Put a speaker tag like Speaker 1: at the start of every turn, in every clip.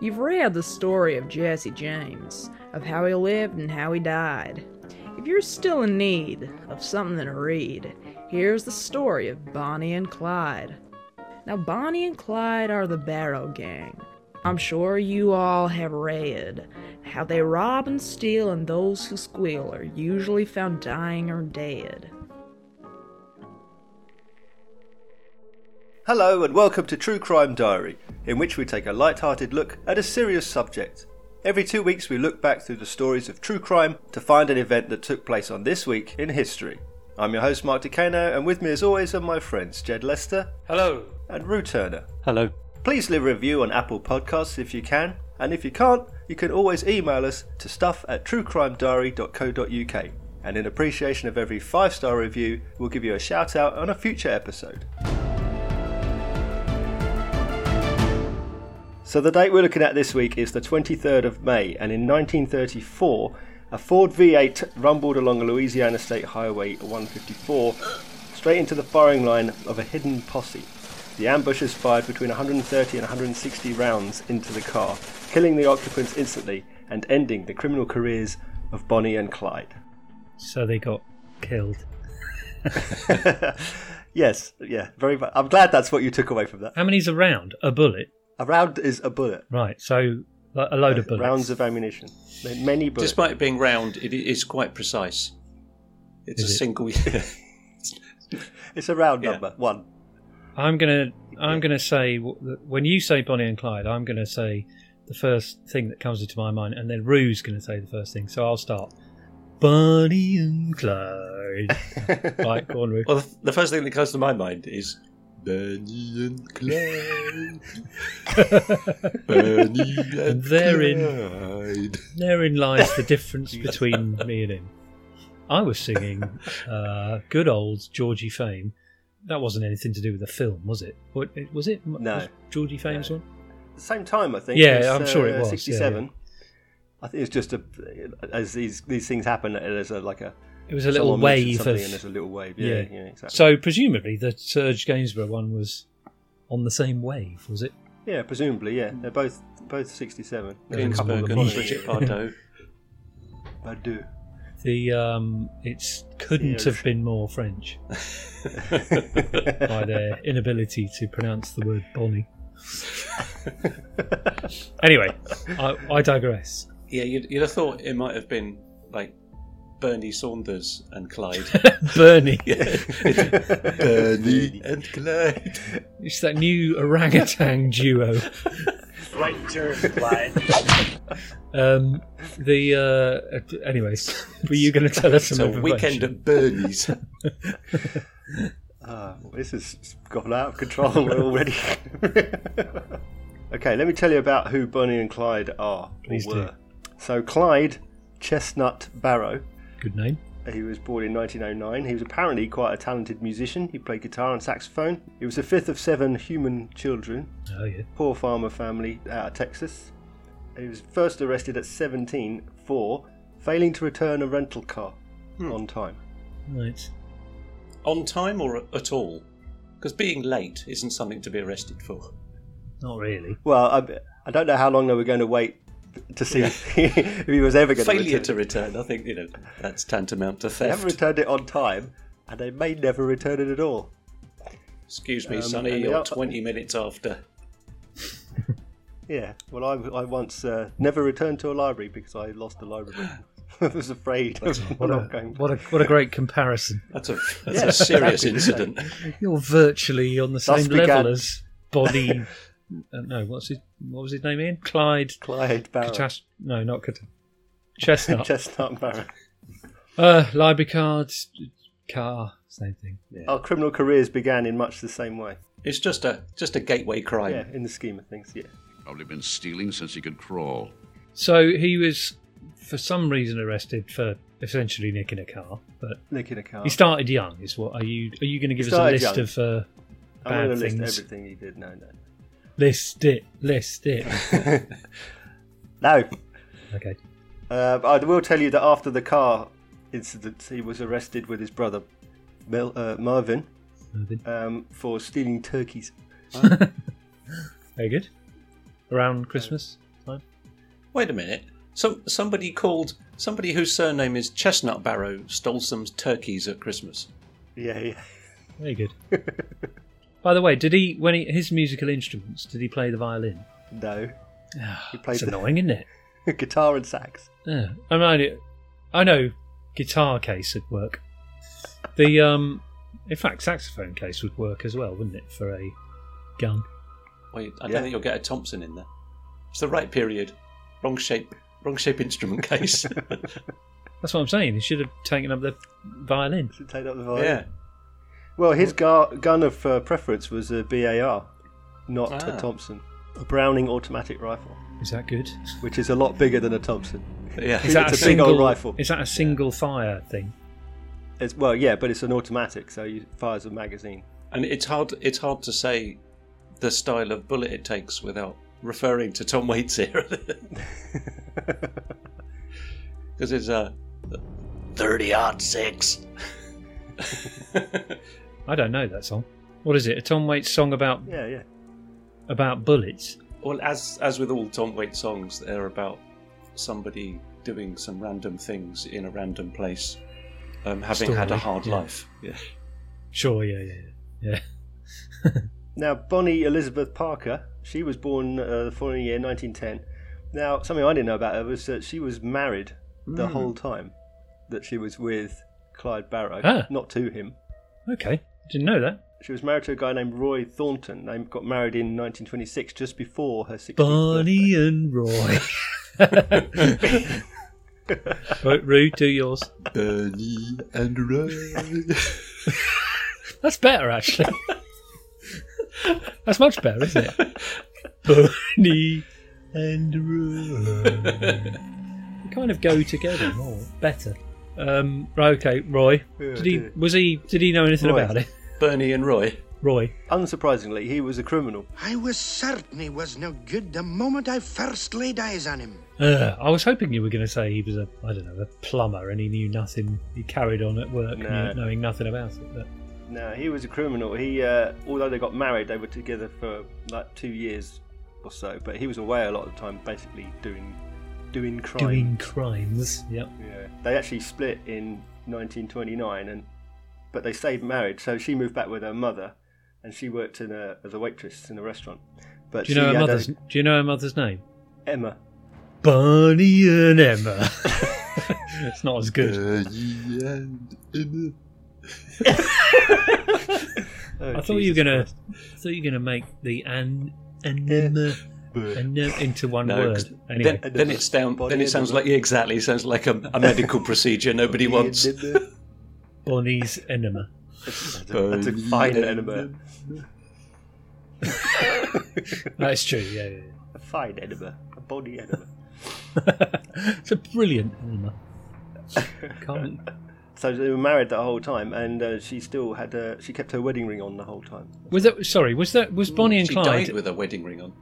Speaker 1: You've read the story of Jesse James, of how he lived and how he died. If you're still in need of something to read, here's the story of Bonnie and Clyde. Now, Bonnie and Clyde are the Barrow Gang. I'm sure you all have read how they rob and steal, and those who squeal are usually found dying or dead.
Speaker 2: Hello and welcome to True Crime Diary, in which we take a light-hearted look at a serious subject. Every two weeks we look back through the stories of true crime to find an event that took place on this week in history. I'm your host Mark Decano and with me as always are my friends Jed Lester
Speaker 3: Hello.
Speaker 2: and Rue Turner.
Speaker 4: Hello.
Speaker 2: Please leave a review on Apple Podcasts if you can, and if you can't, you can always email us to stuff at truecrimediary.co.uk. And in appreciation of every five star review, we'll give you a shout out on a future episode. So, the date we're looking at this week is the 23rd of May, and in 1934, a Ford V8 rumbled along Louisiana State Highway 154 straight into the firing line of a hidden posse. The ambushers fired between 130 and 160 rounds into the car, killing the occupants instantly and ending the criminal careers of Bonnie and Clyde.
Speaker 4: So they got killed.
Speaker 2: yes, yeah, very. mu- I'm glad that's what you took away from that.
Speaker 4: How many's a round? A bullet.
Speaker 2: A round is a bullet.
Speaker 4: Right. So like a load of bullets.
Speaker 2: Uh, Rounds of ammunition. Many bullets.
Speaker 3: Despite it being round, it is quite precise. It's
Speaker 4: Is
Speaker 3: a
Speaker 4: it?
Speaker 3: single.
Speaker 2: It's a round
Speaker 3: Yeah.
Speaker 2: number. One.
Speaker 4: I'm gonna. I'm gonna say w- when you say Bonnie and Clyde, I'm gonna say the first thing that comes into my mind, and then Rue's gonna say the first thing. So I'll start. Bonnie and Clyde. right, go on, Rue.
Speaker 3: well, the- the first thing that comes to my mind is Bernie and Clyde. Bernie and
Speaker 4: They're
Speaker 3: Clyde.
Speaker 4: Therein lies the difference between me and him. I was singing uh, good old Georgie Fame. That wasn't anything to do with the film, was it? What, was it?
Speaker 2: No.
Speaker 4: Was Georgie Fame's one?
Speaker 2: the same time, I think.
Speaker 4: Yeah,
Speaker 2: as,
Speaker 4: I'm sure it was, yeah,
Speaker 2: 67. I think it's just a as these these things happen. uh, There's a like a
Speaker 4: It was a little
Speaker 2: someone mentioned
Speaker 4: wave
Speaker 2: something and
Speaker 4: of.
Speaker 2: there's a little wave. Yeah, yeah,
Speaker 4: yeah.
Speaker 2: exactly.
Speaker 4: So presumably the Serge Gainsborough one was on the same wave, was it?
Speaker 2: yeah, presumably, yeah. They're both both 67. There's a couple
Speaker 3: Ginsberg
Speaker 2: that
Speaker 3: and
Speaker 2: was
Speaker 3: Richard Pardo.
Speaker 2: I do.
Speaker 4: The um, it couldn't
Speaker 2: Serge.
Speaker 4: have been more French by their inability to pronounce the word Bonnie. anyway, I, I digress.
Speaker 3: yeah, you'd, you'd have thought it might have been like Bernie Saunders and Clyde.
Speaker 4: Bernie.
Speaker 3: Bernie and Clyde.
Speaker 4: It's that new orangutan duo.
Speaker 5: Right turn, Clyde.
Speaker 4: Um, the uh, anyways, were you going to tell us some
Speaker 3: So
Speaker 4: information?
Speaker 3: weekend at Bernie's.
Speaker 2: Ah, well, this has gone out of control already. okay, let me tell you about who Bonnie and Clyde are. or
Speaker 4: Please do.
Speaker 2: were. So Clyde Chestnut Barrow
Speaker 4: Good name.
Speaker 2: He was born in 1909. He was apparently quite a talented musician. He played guitar and saxophone. He was the fifth of seven human children.
Speaker 4: Oh yeah.
Speaker 2: Poor farmer family uh, out of Texas. He was first arrested at 17 for failing to return a rental car on time.
Speaker 4: Right.
Speaker 3: On time or at all? Because being late isn't something to be arrested for.
Speaker 4: Not really.
Speaker 2: Well, I, I don't know how long they were going to wait to see if he was ever going
Speaker 3: Failure
Speaker 2: to return.
Speaker 3: to return, I think, you know, that's tantamount to
Speaker 2: They haven't
Speaker 3: theft.
Speaker 2: returned it on time, and they may never return it at all.
Speaker 3: Excuse me,
Speaker 2: Um,
Speaker 3: Sonny,
Speaker 2: and the
Speaker 3: you're
Speaker 2: other-
Speaker 3: 20 minutes after.
Speaker 2: Yeah, well, I, I once uh, never returned to a library because I lost the library. I was afraid of what I'm going
Speaker 4: What a what a great comparison.
Speaker 3: That's a, that's a serious incident.
Speaker 4: You're virtually on the same
Speaker 2: began-
Speaker 4: level as Bonnie. uh, no, what's his what was his name? Ian Clyde.
Speaker 2: Clyde Barrow.
Speaker 4: Catas- no, not Catas- Chestnut.
Speaker 2: Chestnut Barrow.
Speaker 4: uh, library cards, car, same thing.
Speaker 2: Our criminal careers began in much the same way.
Speaker 3: It's just a just a gateway crime.
Speaker 2: Yeah, in the scheme of things, yeah.
Speaker 6: Probably been stealing since he could crawl.
Speaker 4: So he was, for some reason, arrested for essentially nicking a car. But
Speaker 2: Licking a car.
Speaker 4: he started young, is what? Are you are you going to give us a
Speaker 2: Oh. started
Speaker 4: list
Speaker 2: young.
Speaker 4: of uh,
Speaker 2: I'm gonna
Speaker 4: bad
Speaker 2: list
Speaker 4: things?
Speaker 2: everything he did. No, no.
Speaker 4: List it, list it.
Speaker 2: No,
Speaker 4: okay,
Speaker 2: uh, I will tell you that after the car incident, he was arrested with his brother, Mel, uh, Marvin,
Speaker 4: Marvin.
Speaker 2: um, for stealing turkeys.
Speaker 4: very good. Around Christmas
Speaker 3: Wait a minute. Some somebody called somebody whose surname is Chestnut Barrow stole some turkeys at Christmas.
Speaker 2: Yeah, yeah.
Speaker 4: Very good. By the way, did he when he his musical instruments? Did he play the violin?
Speaker 2: No. He played
Speaker 4: it's
Speaker 2: the-
Speaker 4: annoying, isn't it?
Speaker 2: Guitar and sax.
Speaker 4: Yeah. I mean, I I know guitar case would work. The um, in fact, saxophone case would work as well, wouldn't it, for a gun?
Speaker 3: Wait, I
Speaker 2: Yeah.
Speaker 3: don't think you'll get a Thompson in there. It's the right period, wrong shape, wrong shape instrument case.
Speaker 4: That's what I'm saying. He should have taken up the violin.
Speaker 2: Should take up the violin.
Speaker 3: yeah,
Speaker 2: Well, his gar- gun of uh, preference was a BAR, not
Speaker 3: Ah.
Speaker 2: a Thompson. A Browning automatic rifle,
Speaker 4: Is that good?
Speaker 2: which is a lot bigger than a Thompson.
Speaker 3: yeah.
Speaker 4: Is that
Speaker 2: It's a big old rifle.
Speaker 4: Is that a single fire thing?
Speaker 2: It's, well, yeah, but it's an automatic, so you fires a magazine.
Speaker 3: And it's hard. It's hard to say the style of bullet it takes without referring to Tom Waits here, because it's uh, a thirty odd six.
Speaker 4: I don't know that song. What is it? A Tom Waits song about
Speaker 2: Yeah, yeah.
Speaker 4: about bullets?
Speaker 3: Well, as as with all Tom Waits songs, they're about somebody doing some random things in a random place, um, having had a
Speaker 4: Story,
Speaker 3: hard
Speaker 4: yeah.
Speaker 3: life. Yeah.
Speaker 4: Sure, yeah, yeah, yeah. yeah.
Speaker 2: Now, Bonnie Elizabeth Parker, she was born uh, the following year, 1910. Now, something I didn't know about her was that she was married the whole time that she was with Clyde Barrow,
Speaker 4: Ah.
Speaker 2: not to him.
Speaker 4: Okay, didn't know that.
Speaker 2: She was married to a guy named Roy Thornton. They got married in 1926, just before her 16th
Speaker 4: Bonnie
Speaker 2: birthday.
Speaker 4: and Roy. right, Rue, do yours.
Speaker 3: Bernie and Ray.
Speaker 4: That's better, actually. That's much better, isn't it? Bonnie and Roy. They kind of go together more, better. Um, right, okay, Roy.
Speaker 2: Yeah,
Speaker 4: Did he
Speaker 2: dear.
Speaker 4: was he did he know anything
Speaker 2: Roy.
Speaker 4: about it?
Speaker 3: Bernie and Roy.
Speaker 4: Roy.
Speaker 2: Unsurprisingly, he was a criminal.
Speaker 7: I was certain he was no good the moment I first laid eyes on him.
Speaker 4: Uh, I was hoping you were going to say he was a I don't know a plumber and he knew nothing. He carried on at work,
Speaker 2: No.
Speaker 4: knew- knowing nothing about it. But
Speaker 2: No, he was a criminal. He, uh, although they got married, they were together for like two years or so. But he was away a lot of the time, basically doing, doing crime.
Speaker 4: doing crimes. Yep.
Speaker 2: Yeah, they actually split in 1929, and but they stayed married. So she moved back with her mother, and she worked in a, as a waitress in a restaurant. But
Speaker 4: Do you know
Speaker 2: she
Speaker 4: her
Speaker 2: had a-
Speaker 4: mother's? Do you know her mother's name?
Speaker 2: Emma.
Speaker 4: Barney and Emma. it's not as good.
Speaker 2: Oh,
Speaker 4: I thought you were
Speaker 2: Jesus
Speaker 4: gonna.
Speaker 2: Christ. Eh.
Speaker 4: I thought you were gonna make the an and Emma and Em- into one
Speaker 3: No, 'cause
Speaker 4: word. Anyway,
Speaker 3: then, then it's down.
Speaker 2: Bonnie
Speaker 3: Then it
Speaker 2: and
Speaker 3: sounds
Speaker 2: Roy.
Speaker 3: like yeah, exactly. It sounds like a, a medical procedure nobody wants.
Speaker 4: Bonnie's enema.
Speaker 2: That's a- that's a fine enema.
Speaker 4: That's true. Yeah, yeah,
Speaker 2: A fine enema. A body enema.
Speaker 4: yeah. it's a brilliant enema. Can't.
Speaker 2: So they were married the whole time, and uh, she still had uh, she kept her wedding ring on the whole time.
Speaker 4: Was that? Sorry, was that? Was Bonnie and
Speaker 3: she
Speaker 4: Clyde?
Speaker 3: died with her wedding ring on.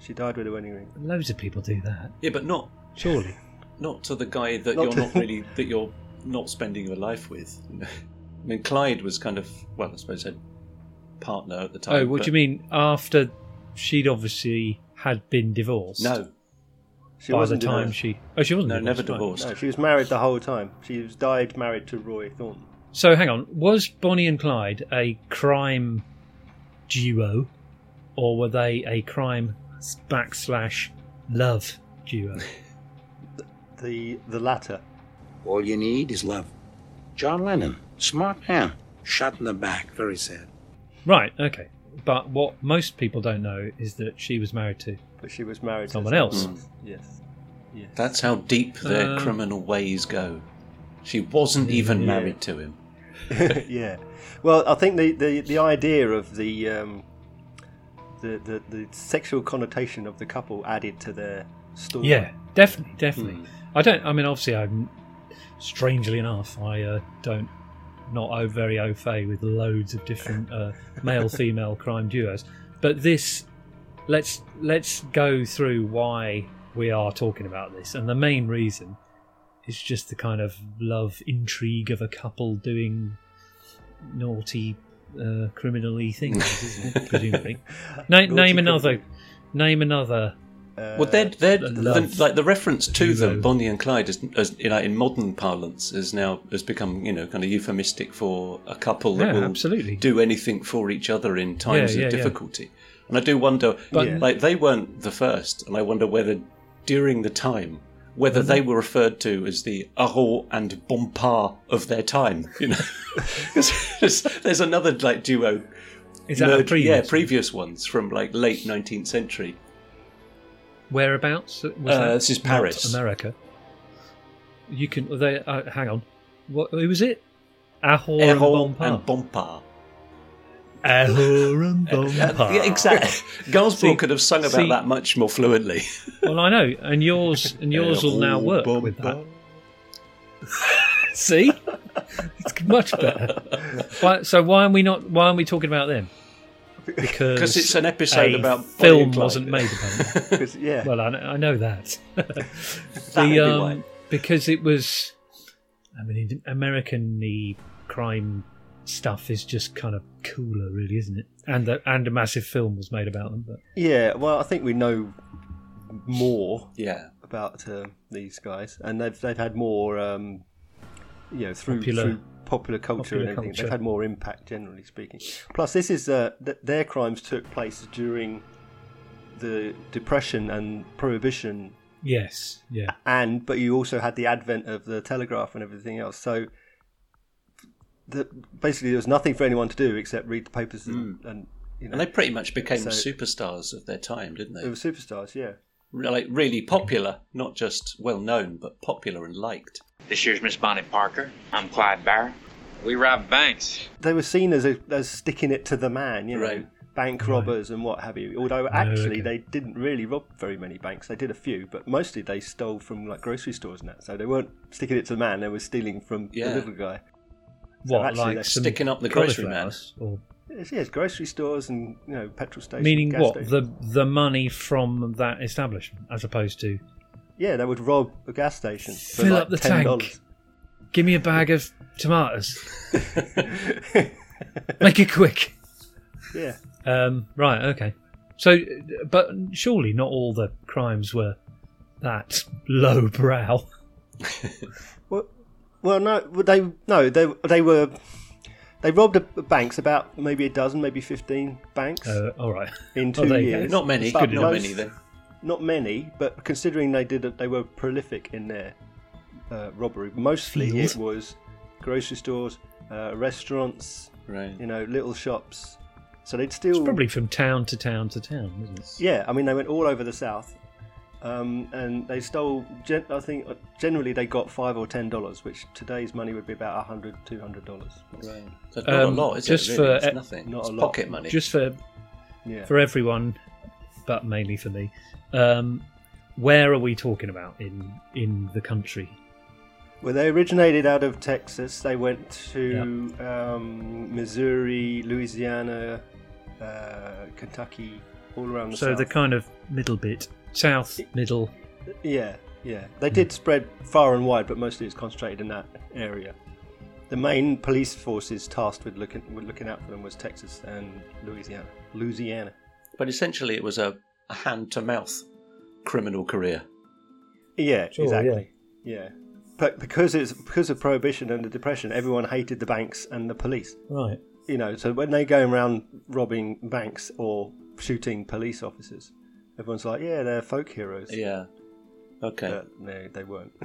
Speaker 2: She died with a wedding ring.
Speaker 4: Loads of people do that.
Speaker 3: Yeah, but not
Speaker 4: Surely.
Speaker 3: not to the guy that
Speaker 2: Not
Speaker 3: you're
Speaker 2: to-
Speaker 3: not really that you're not spending your life with. I mean, Clyde was kind of well, I suppose, a partner at the time.
Speaker 4: Oh, what
Speaker 3: but-
Speaker 4: do you mean? After she'd obviously had been divorced.
Speaker 3: No,
Speaker 2: She
Speaker 4: by the
Speaker 2: wasn't
Speaker 4: time
Speaker 2: divorced.
Speaker 4: she. Oh, she wasn't.
Speaker 3: no, never
Speaker 4: right.
Speaker 3: divorced.
Speaker 2: No, she was married the whole time. She was died married to Roy Thornton.
Speaker 4: So hang on, was Bonnie and Clyde a crime duo, or were they a crime backslash love duo?
Speaker 2: The the latter.
Speaker 8: All you need is love. John Lennon, smart man, shot in the back, very sad.
Speaker 4: right, okay. But what most people don't know is that she was married to
Speaker 2: But she was married
Speaker 4: Someone
Speaker 2: to
Speaker 4: else.
Speaker 2: Yes.
Speaker 3: That's how deep their
Speaker 4: Uh,
Speaker 3: criminal ways go. She wasn't even
Speaker 2: Yeah.
Speaker 3: married to him.
Speaker 2: yeah. Well, I think the, the, the idea of the, um, the the the sexual connotation of the couple added to their story.
Speaker 4: Yeah, definitely, definitely. I don't. I mean, obviously, I'm strangely enough, I uh, don't not au- very au fait with loads of different uh, male-female crime duos. But this, let's let's go through why we are talking about this, and the main reason is just the kind of love intrigue of a couple doing naughty, uh, criminally things, isn't it? Presumably. Na-
Speaker 2: Naughty
Speaker 4: name another.
Speaker 2: criminal.
Speaker 4: Name another
Speaker 2: Uh,
Speaker 3: Well, they're, they're
Speaker 4: Uh, love.
Speaker 3: the, like the reference to them,
Speaker 4: Love.
Speaker 3: Bonnie and Clyde, is, is you know, in modern parlance, is now has become you know kind of euphemistic for a couple that
Speaker 4: Yeah,
Speaker 3: will
Speaker 4: absolutely.
Speaker 3: do anything for each other in times
Speaker 4: yeah, yeah.
Speaker 3: of difficulty. And I do wonder,
Speaker 4: But-
Speaker 3: like they weren't the first, and I wonder whether during the time. Whether they were referred to as the Aho and Bompa of their time, you know, 'Cause there's, there's another like duo
Speaker 4: Is that a
Speaker 3: merge- yeah,
Speaker 4: previous?
Speaker 3: previous ones from like late 19th century.
Speaker 4: Whereabouts? Was
Speaker 3: Uh,
Speaker 4: that?
Speaker 3: this is Paris.
Speaker 4: Not America. You can. well, They, uh, hang on. What, who was it? Ahor and
Speaker 3: Errol
Speaker 4: Bompard.
Speaker 3: and Bompa.
Speaker 4: Ahor and
Speaker 3: Uh,
Speaker 4: Bompard.
Speaker 3: yeah, exactly. Gainsbourg
Speaker 4: See-
Speaker 3: could have sung about
Speaker 4: see-
Speaker 3: that much more fluently.
Speaker 4: Well, I know, and yours and yours will now work with that. See, it's much better. Why, so why are we not? Why aren't we talking about them? Because
Speaker 3: Because it's an episode
Speaker 4: a
Speaker 3: about Bonnie
Speaker 4: film
Speaker 3: and Clyde.
Speaker 4: wasn't made about them.
Speaker 2: 'Cause, yeah.
Speaker 4: Well, I know, I know that. um,
Speaker 3: That would be why.
Speaker 4: because it was, I mean, American crime stuff is just kind of cooler, really, isn't it? And the, and a massive film was made about them. But
Speaker 2: yeah. Well, I think we know more
Speaker 3: Yeah.
Speaker 2: about uh, these guys, and they've they've had more, um, you know, through
Speaker 4: Popular-
Speaker 2: through popular culture
Speaker 4: popular
Speaker 2: and everything.
Speaker 4: culture.
Speaker 2: They've had more impact, generally speaking. Plus, this is uh, th- their crimes took place during the depression and prohibition,
Speaker 4: yes, yeah,
Speaker 2: and but you also had the advent of the telegraph and everything else. So. The, basically, there was nothing for anyone to do except read the papers and, and you know
Speaker 3: Mm. And they pretty much became
Speaker 2: So-
Speaker 3: superstars of their time, didn't
Speaker 2: they were
Speaker 3: they?
Speaker 2: superstars. Yeah,
Speaker 3: Re- Like really popular, not just well known, but popular and liked.
Speaker 9: This year's Miss Bonnie Parker. I'm Clyde Barr. We rob banks.
Speaker 2: they were seen as a, as sticking it to the man, you know,
Speaker 3: Right.
Speaker 2: bank robbers and what have you. Although
Speaker 4: Oh,
Speaker 2: actually they didn't really rob very many banks. They did a few, but mostly they stole from like grocery stores and that. So they weren't sticking it to the man. They were stealing from
Speaker 3: Yeah.
Speaker 2: the little guy.
Speaker 4: what
Speaker 2: actually they're
Speaker 4: like some
Speaker 3: sticking up the grocery
Speaker 4: cauliflowers or
Speaker 2: Yes, yes, grocery stores and you know petrol stations.
Speaker 4: meaning
Speaker 2: gas
Speaker 4: what
Speaker 2: stations.
Speaker 4: the the money from that establishment as opposed to
Speaker 2: Yeah, they would rob a gas station. For
Speaker 4: Fill
Speaker 2: like
Speaker 4: up the
Speaker 2: $10.
Speaker 4: tank. give me a bag of tomatoes make it quick
Speaker 2: Yeah,
Speaker 4: um, right okay so but surely not all the crimes were that low brow
Speaker 2: Well, well, no, well, they no, they they were they robbed a, banks about maybe a dozen, maybe fifteen banks
Speaker 4: uh, all right
Speaker 2: in
Speaker 4: oh,
Speaker 2: two
Speaker 4: there you go.
Speaker 2: years.
Speaker 3: Not many,
Speaker 2: But
Speaker 3: not
Speaker 2: most-
Speaker 3: many then.
Speaker 2: Not many, but considering they did, they were prolific in their uh, robbery. Mostly
Speaker 4: Field.
Speaker 2: it was grocery stores, uh, restaurants,
Speaker 3: Right.
Speaker 2: you know, little shops. So they'd
Speaker 4: it's
Speaker 2: still
Speaker 4: probably from town to town to town isn't it
Speaker 2: yeah, I mean, they went all over the south, um, and they stole. Gen- I think uh, generally they got five or ten dollars, which today's money would be about a hundred, two hundred dollars.
Speaker 3: Right. So it's not
Speaker 4: Um,
Speaker 3: a lot, is
Speaker 4: just
Speaker 3: it?
Speaker 4: for-
Speaker 3: Really? it's nothing.
Speaker 2: Not
Speaker 3: it's
Speaker 2: a lot.
Speaker 3: pocket money.
Speaker 4: just for
Speaker 2: Yeah,
Speaker 4: for everyone, but mainly for me. Um, where are we talking about in in the country?
Speaker 2: well, they originated out of Texas. They went to um, Missouri, Louisiana, uh, Kentucky, all around the
Speaker 4: so
Speaker 2: south.
Speaker 4: the kind of middle bit, south middle.
Speaker 2: Yeah, yeah. They did spread far and wide, but mostly it's concentrated in that area. The main police forces tasked with looking with looking out for them was Texas and Louisiana. Louisiana.
Speaker 3: But essentially, it was a, a hand to mouth criminal career.
Speaker 2: Yeah, exactly. Yeah. But because it's because of prohibition and the depression, everyone hated the banks and the police.
Speaker 4: Right.
Speaker 2: You know, so when they go around robbing banks or shooting police officers, everyone's like, "Yeah, they're folk heroes."
Speaker 3: Yeah. Okay.
Speaker 2: But no, they weren't.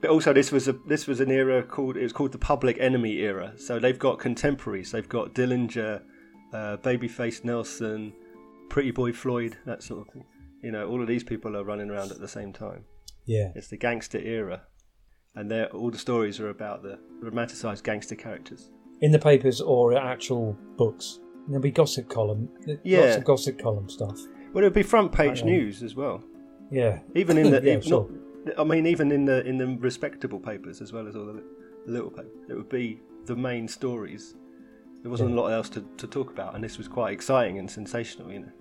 Speaker 2: but also, this was a this was an era called it was called the Public Enemy era. So they've got contemporaries. They've got Dillinger, uh, Babyface Nelson, Pretty Boy Floyd, that sort of thing. You know, all of these people are running around at the same time.
Speaker 4: Yeah.
Speaker 2: It's the gangster era, and they're, all the stories are about the romanticized gangster characters.
Speaker 4: In the papers or actual books. There'll be gossip column. uh,
Speaker 2: Yeah. lots of
Speaker 4: gossip column stuff.
Speaker 2: Well, it'd be front page
Speaker 4: Right on.
Speaker 2: news as well.
Speaker 4: Yeah.
Speaker 2: Even in the if not, I mean, even in the in the respectable papers as well as all the li- little papers, it would be the main stories. There wasn't a lot else to, to talk about, and this was quite exciting and sensational, you know.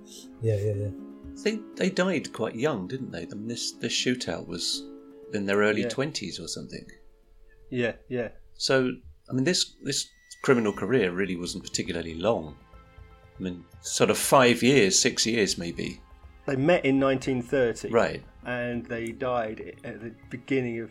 Speaker 4: Yeah, yeah, yeah.
Speaker 3: They they died quite young, didn't they? I mean, this this shootout was in their early
Speaker 2: Yeah.
Speaker 3: twenties or something.
Speaker 2: Yeah, yeah,
Speaker 3: So I mean, this this criminal career really wasn't particularly long. I mean, sort of five years, six years maybe.
Speaker 2: They met in 1930.
Speaker 3: Right,
Speaker 2: And they died at the beginning of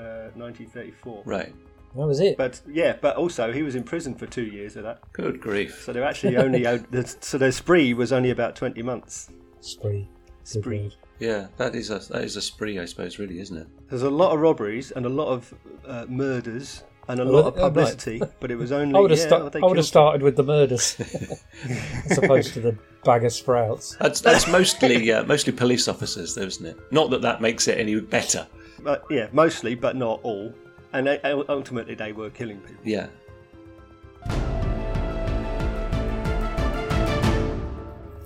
Speaker 2: uh, 1934.
Speaker 3: right.
Speaker 4: That was it.
Speaker 2: But yeah, but also he was in prison for two years of that.
Speaker 3: Good grief.
Speaker 2: So they're actually only owed, the- so their spree was only about 20 months.
Speaker 4: Spree. Good
Speaker 2: Spree.
Speaker 4: word.
Speaker 3: Yeah, that is a that is a spree, I suppose, really, isn't it?
Speaker 2: There's a lot of robberies and a lot of uh, murders and a
Speaker 4: Oh,
Speaker 2: lot of
Speaker 4: oh, right.
Speaker 2: publicity, but it was only
Speaker 4: I would have,
Speaker 2: yeah,
Speaker 4: sta-
Speaker 2: oh, they
Speaker 4: I would have
Speaker 2: killed-
Speaker 4: started with the murders, as opposed to the bag of sprouts.
Speaker 3: That's that's mostly uh, mostly police officers, though, isn't it? Not that that makes it any better.
Speaker 2: but, uh, yeah, mostly, but not all. And they, ultimately, they were killing people.
Speaker 3: Yeah.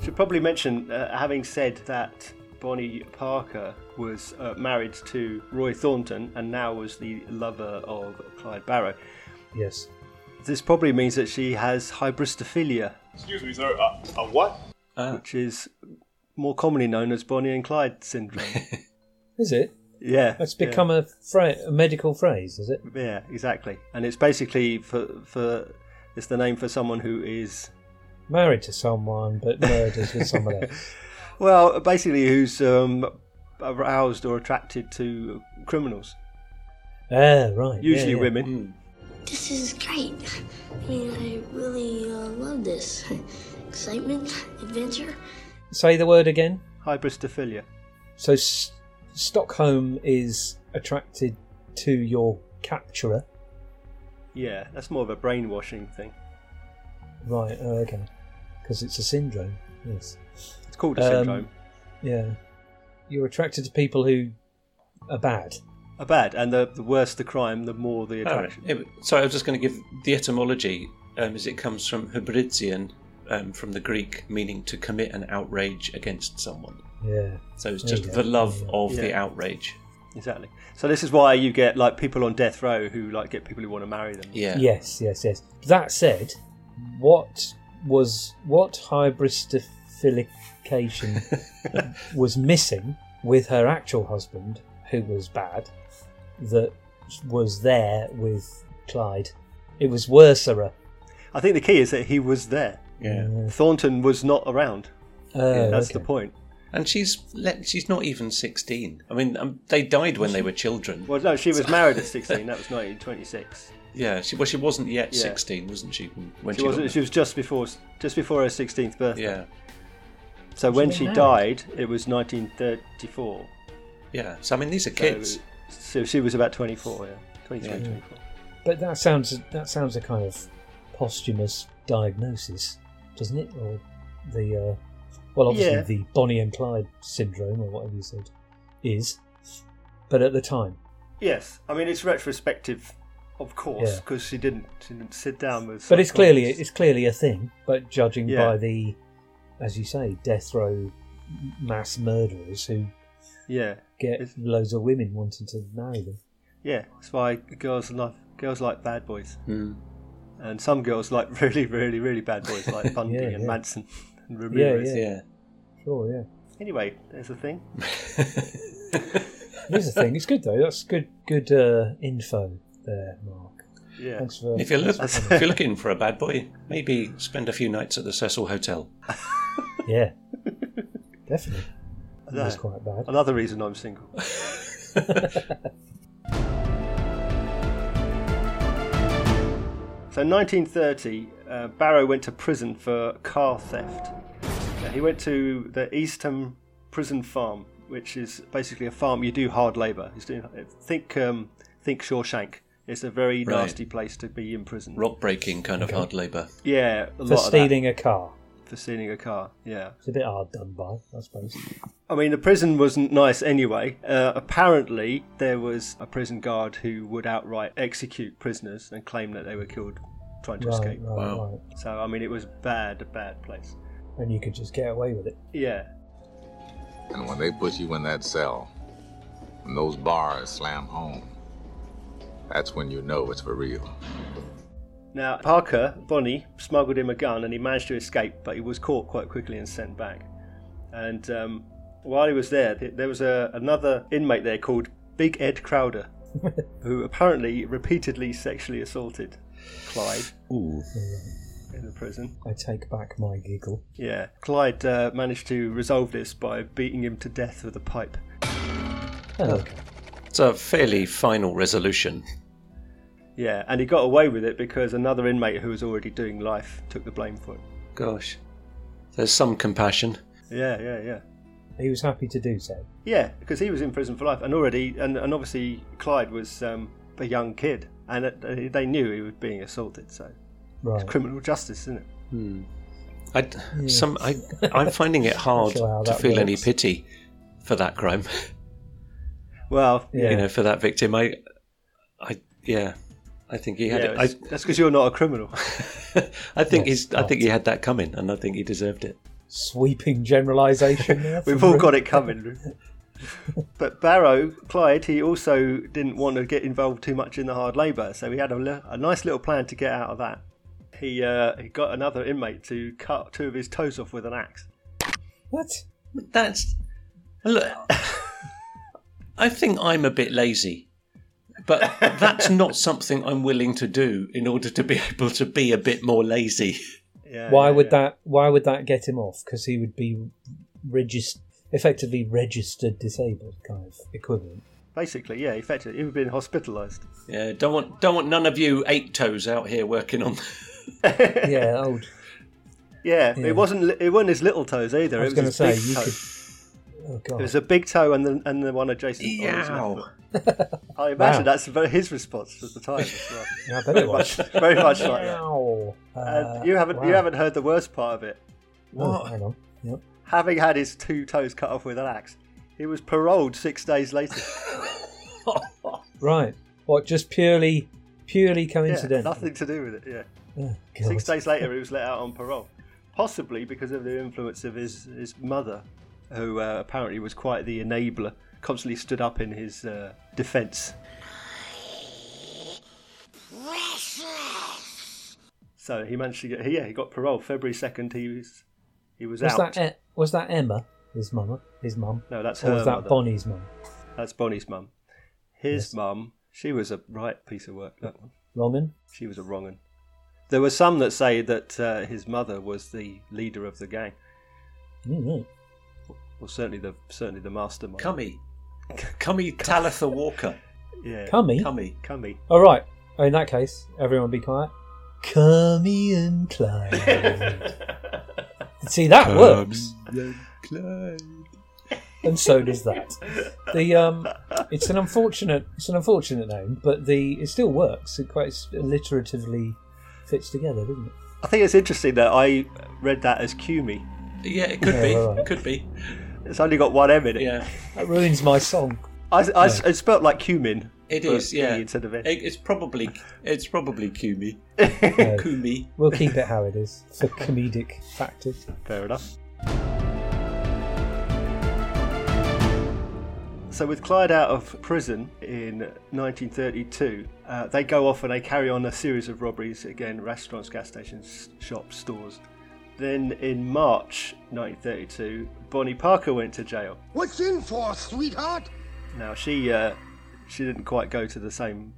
Speaker 2: Should probably mention, uh, having said that, Bonnie Parker was uh, married to Roy Thornton and now was the lover of Clyde Barrow.
Speaker 4: Yes.
Speaker 2: This probably means that she has hybristophilia,
Speaker 10: Excuse me, sir. Uh, a what?
Speaker 3: Ah,
Speaker 2: which is more commonly known as Bonnie and Clyde syndrome.
Speaker 4: Is it?
Speaker 2: yeah,
Speaker 4: That's
Speaker 2: yeah.
Speaker 4: become a, phra- a medical phrase, is it?
Speaker 2: Yeah, exactly. And it's basically for for it's the name for someone who is
Speaker 4: Married to someone, but murders with someone else.
Speaker 2: well, basically who's um, aroused or attracted to criminals,
Speaker 4: Ah, right. yeah,
Speaker 2: usually
Speaker 4: yeah.
Speaker 2: women.
Speaker 3: Hmm.
Speaker 10: This is great. I mean, I really uh, love this. Excitement, adventure.
Speaker 4: Say the word again.
Speaker 2: Hybristophilia.
Speaker 4: So S- Stockholm is attracted to your capturer.
Speaker 2: Yeah, that's more of a brainwashing thing.
Speaker 4: Right. Oh, okay. Because it's a syndrome. Yes.
Speaker 2: It's called a
Speaker 4: Um,
Speaker 2: syndrome.
Speaker 4: Yeah. You're attracted to people who are bad.
Speaker 2: A bad, and the, the worse the crime, the more the
Speaker 3: all right.
Speaker 2: attraction.
Speaker 3: Oh, It- Sorry, I was just going to give the etymology, um, as it comes from Hebridean, um, from the Greek, meaning to commit an outrage against someone.
Speaker 4: Yeah.
Speaker 3: So it's
Speaker 4: There
Speaker 3: just
Speaker 4: you
Speaker 3: the
Speaker 4: go.
Speaker 3: love
Speaker 4: Yeah.
Speaker 3: of the
Speaker 2: Yeah.
Speaker 3: outrage.
Speaker 2: Exactly. So this is why you get like people on death row who like get people who want to marry them.
Speaker 3: Yeah.
Speaker 4: Yes, yes, yes. That said, what was what hybristophilication was missing with her actual husband, who was bad, that was there with Clyde. It was worser.
Speaker 2: I think the key is that he was there.
Speaker 3: Yeah.
Speaker 2: Thornton was not around.
Speaker 4: Oh,
Speaker 2: That's
Speaker 4: okay.
Speaker 2: the point.
Speaker 3: And she's le- she's not even sixteen. I mean, um, they died when they were children.
Speaker 2: Well, no, she was married at 16. That was 1926.
Speaker 3: Yeah, she well, she wasn't yet
Speaker 2: Yeah.
Speaker 3: sixteen, wasn't she? When when
Speaker 2: She was
Speaker 3: got
Speaker 2: she was just before just before her 16th birthday.
Speaker 3: yeah,
Speaker 2: So when she
Speaker 4: She was
Speaker 2: died, it was 1934.
Speaker 3: yeah. So I mean, these are
Speaker 2: So-
Speaker 3: kids.
Speaker 2: So, she was about 24, yeah. 23,
Speaker 3: Yeah.
Speaker 2: 24.
Speaker 4: But that sounds that sounds a kind of posthumous diagnosis, doesn't it? Or the uh, well, obviously
Speaker 2: Yeah.
Speaker 4: the Bonnie and Clyde syndrome, or whatever you said, is. But at the time,
Speaker 2: Yes, I mean it's retrospective, of course,
Speaker 4: Yeah.
Speaker 2: because she didn't she didn't sit down with.
Speaker 4: but it's clearly
Speaker 2: psychologists.
Speaker 4: it's clearly a thing. But judging
Speaker 2: Yeah.
Speaker 4: by the, as you say, death row mass murderers who
Speaker 2: yeah,
Speaker 4: get
Speaker 2: It's-
Speaker 4: loads of women wanting to marry them.
Speaker 2: yeah. That's why girls love girls like bad boys,
Speaker 3: Hmm.
Speaker 2: and some girls like really, really, really bad boys like Bundy
Speaker 4: Yeah,
Speaker 2: and
Speaker 4: yeah.
Speaker 2: Manson and Ramirez.
Speaker 4: Yeah.
Speaker 3: Yeah.
Speaker 4: Sure, yeah.
Speaker 2: Anyway, there's a thing.
Speaker 4: It is a thing. It's good though. That's good good uh, info there, Mark.
Speaker 2: Yeah.
Speaker 4: Thanks for
Speaker 3: If you're, look,
Speaker 4: thanks
Speaker 3: if you're looking for a bad boy, maybe spend a few nights at the Cecil Hotel.
Speaker 4: for- yeah. Definitely.
Speaker 2: No.
Speaker 4: That was quite bad.
Speaker 2: Another reason I'm single. so, 1930, uh, Barrow went to prison for car theft. Uh, he went to the Eastham Prison Farm, which is basically a farm you do hard labour. He's doing think um, think Shawshank. It's a very
Speaker 3: Right.
Speaker 2: nasty place to be in prison.
Speaker 3: Rock breaking kind of hard labour.
Speaker 2: Yeah, a
Speaker 4: For
Speaker 2: lot
Speaker 4: stealing a car.
Speaker 2: of that. for stealing a car. Yeah.
Speaker 4: It's a bit hard done by, I suppose.
Speaker 2: I mean, the prison wasn't nice anyway. Uh, apparently, there was a prison guard who would outright execute prisoners and claim that they were killed trying to
Speaker 4: right,
Speaker 2: escape.
Speaker 4: right,
Speaker 3: Wow.
Speaker 4: right.
Speaker 2: So, I mean, it was bad, a bad place.
Speaker 4: And you could just get away with it.
Speaker 2: Yeah.
Speaker 10: And when they put you in that cell, and those bars slam home, that's when you know it's for real.
Speaker 2: Now, Parker, Bonnie, smuggled him a gun and he managed to escape, but he was caught quite quickly and sent back. And um, while he was there, th- there was a, another inmate there called Big Ed Crowder, who apparently repeatedly sexually assaulted Clyde.
Speaker 3: Ooh.
Speaker 2: in the prison.
Speaker 4: I take back my giggle.
Speaker 2: Yeah, Clyde uh, managed to resolve this by beating him to death with a pipe. Oh.
Speaker 3: It's a fairly final resolution.
Speaker 2: Yeah, and he got away with it because another inmate who was already doing life took the blame for it.
Speaker 3: Gosh, there's some compassion.
Speaker 2: Yeah, yeah, yeah.
Speaker 4: He was happy to do so.
Speaker 2: Yeah, because he was in prison for life, and already, and, and obviously, Clyde was um, a young kid, and uh, they knew he was being assaulted. So
Speaker 4: Right.
Speaker 2: it's criminal justice, isn't it?
Speaker 3: Hmm. I, some, I, I'm finding it hard
Speaker 4: Sure how
Speaker 3: to
Speaker 4: that
Speaker 3: feel any
Speaker 4: works.
Speaker 3: pity for that crime.
Speaker 2: Well,
Speaker 4: Yeah.
Speaker 3: You know, for that victim. I, I, yeah, I think he
Speaker 2: yeah,
Speaker 3: had
Speaker 2: it's-
Speaker 3: it.
Speaker 2: that's because you're not a criminal.
Speaker 3: I, I
Speaker 4: Yes,
Speaker 3: think he's. I think he had that coming, and I think he deserved it.
Speaker 4: Sweeping generalisation. there
Speaker 2: We've
Speaker 4: from
Speaker 2: all got it coming. but Barrow, Clyde, he also didn't want to get involved too much in the hard labour, so he had a, li- a nice little plan to get out of that. He uh, he got another inmate to cut two of his toes off with an axe.
Speaker 4: What?
Speaker 3: That's. Look, I think I'm a bit lazy, but that's not something I'm willing to do in order to be able to be a bit more lazy.
Speaker 2: Yeah,
Speaker 4: Why
Speaker 2: yeah,
Speaker 4: would
Speaker 2: yeah.
Speaker 4: that? Why would that get him off? Because he would be regist- effectively registered disabled, kind of equivalent.
Speaker 2: Basically, yeah, effectively, he would have been hospitalised.
Speaker 3: Yeah, don't want don't want none of you eight toes out here working on.
Speaker 4: yeah, old.
Speaker 2: Yeah,
Speaker 4: Yeah.
Speaker 2: it wasn't li- it wasn't his little toes either.
Speaker 4: I was
Speaker 2: it
Speaker 4: going to
Speaker 2: his
Speaker 4: say
Speaker 2: big
Speaker 4: you
Speaker 2: toe.
Speaker 4: could. Oh god.
Speaker 2: It was a big toe and the and the one adjacent. on his left
Speaker 3: Yow.
Speaker 4: Oh.
Speaker 2: foot. I imagine
Speaker 4: Wow.
Speaker 2: that's very- his response at the time. As well.
Speaker 4: Yeah, I bet it was.
Speaker 2: very much like that.
Speaker 4: Wow. Uh,
Speaker 2: And you haven't you
Speaker 4: wow.
Speaker 2: haven't heard the worst part of it.
Speaker 4: Oh, hang on. Yep.
Speaker 2: Having had his two toes cut off with an axe, he was paroled six days later.
Speaker 4: Right. What? Just purely, purely
Speaker 2: yeah,
Speaker 4: coincidental.
Speaker 2: nothing to do with it. Yeah,
Speaker 4: Oh, God.
Speaker 2: six days later he was let out on parole, possibly because of the influence of his his mother, who uh, apparently was quite the enabler. Constantly stood up in his uh, defence. So he managed to get. Yeah, he got parole February second. He was he was,
Speaker 4: Was
Speaker 2: out.
Speaker 4: that E- was that Emma? His mama. His mum.
Speaker 2: no, that's
Speaker 4: Or
Speaker 2: her.
Speaker 4: was that
Speaker 2: mother.
Speaker 4: Bonnie's mum?
Speaker 2: That's Bonnie's mum. His
Speaker 4: Yes.
Speaker 2: mum, she was a right piece of work. That one,
Speaker 4: Roman.
Speaker 2: she was a wrong one. There were some that say that uh, his mother was the leader of the gang,
Speaker 4: Mm-hmm.
Speaker 2: or certainly the certainly the mastermind.
Speaker 3: Cummy, Cummy Talitha Walker,
Speaker 2: yeah,
Speaker 4: Cummy.
Speaker 3: Cummy.
Speaker 2: Cummy.
Speaker 4: All right. In that case, everyone be quiet. Cummy and Clyde. See, that works, and so does that. The um, it's an unfortunate, it's an unfortunate name, but the it still works. It quite alliteratively fits together, doesn't it?
Speaker 2: I think it's interesting that I read that as Cummy.
Speaker 3: Yeah, it could
Speaker 4: Yeah,
Speaker 3: be.
Speaker 4: all right.
Speaker 3: Could be.
Speaker 2: It's only got one M in it.
Speaker 3: Yeah,
Speaker 4: That ruins my song.
Speaker 2: I, I, It's spelt like cumin.
Speaker 3: it
Speaker 2: but
Speaker 3: is. Yeah,
Speaker 2: E instead of it.
Speaker 3: It- it's probably it's probably Kumi.
Speaker 4: No,
Speaker 3: Kumi.
Speaker 4: we'll keep it how it is for comedic factors.
Speaker 2: Fair enough. So, with Clyde out of prison in 1932, uh, they go off and they carry on a series of robberies again restaurants, gas stations, shops, stores. Then in March 1932, Bonnie Parker went to jail.
Speaker 7: What's in for, sweetheart?
Speaker 2: Now, she uh, she didn't quite go to the same,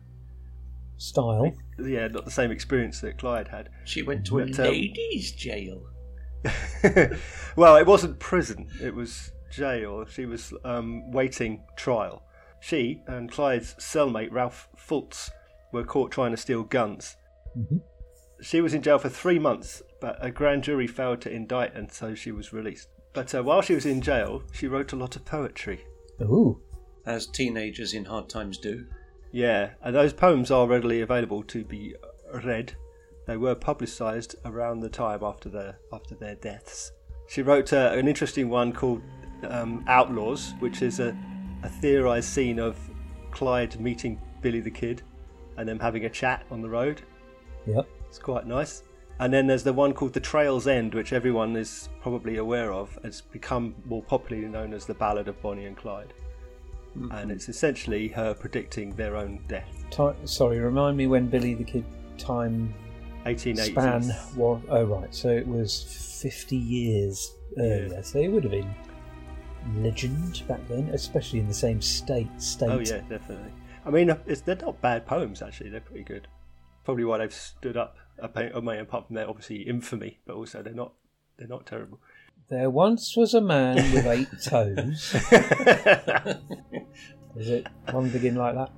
Speaker 4: Style.
Speaker 2: yeah, not the same experience that Clyde had.
Speaker 3: She went to a
Speaker 2: But, um,
Speaker 3: ladies' jail.
Speaker 2: well, it wasn't prison, it was jail. She was um, waiting trial. She and Clyde's cellmate, Ralph Fultz, were caught trying to steal guns.
Speaker 4: Mhm.
Speaker 2: She was in jail for three months, but a grand jury failed to indict, and so she was released. But uh, while she was in jail, she wrote a lot of poetry.
Speaker 4: Ooh,
Speaker 3: as teenagers in hard times do.
Speaker 2: Yeah, and those poems are readily available to be read. They were publicised around the time after their after their deaths. She wrote uh, an interesting one called um, "Outlaws," which is a, a theorised scene of Clyde meeting Billy the Kid, and them having a chat on the road.
Speaker 4: yep.
Speaker 2: It's quite nice. And then there's the one called "The Trail's End," which everyone is probably aware of. It's become more popularly known as the Ballad of Bonnie and Clyde, and it's essentially her predicting their own death.
Speaker 4: Ti sorry, remind me when Billy the Kid time
Speaker 2: 1880s.
Speaker 4: span was. Oh right, so it was fifty years earlier. So it would have been legend back then, especially in the same state. State.
Speaker 2: uh, Oh yeah, definitely. I mean, it's, they're not bad poems actually. They're pretty good. probably why they've stood up. appa- I mean, apart from their obviously infamy, but also they're not they're not terrible.
Speaker 4: There once was a man with eight toes. Is it one begin like that?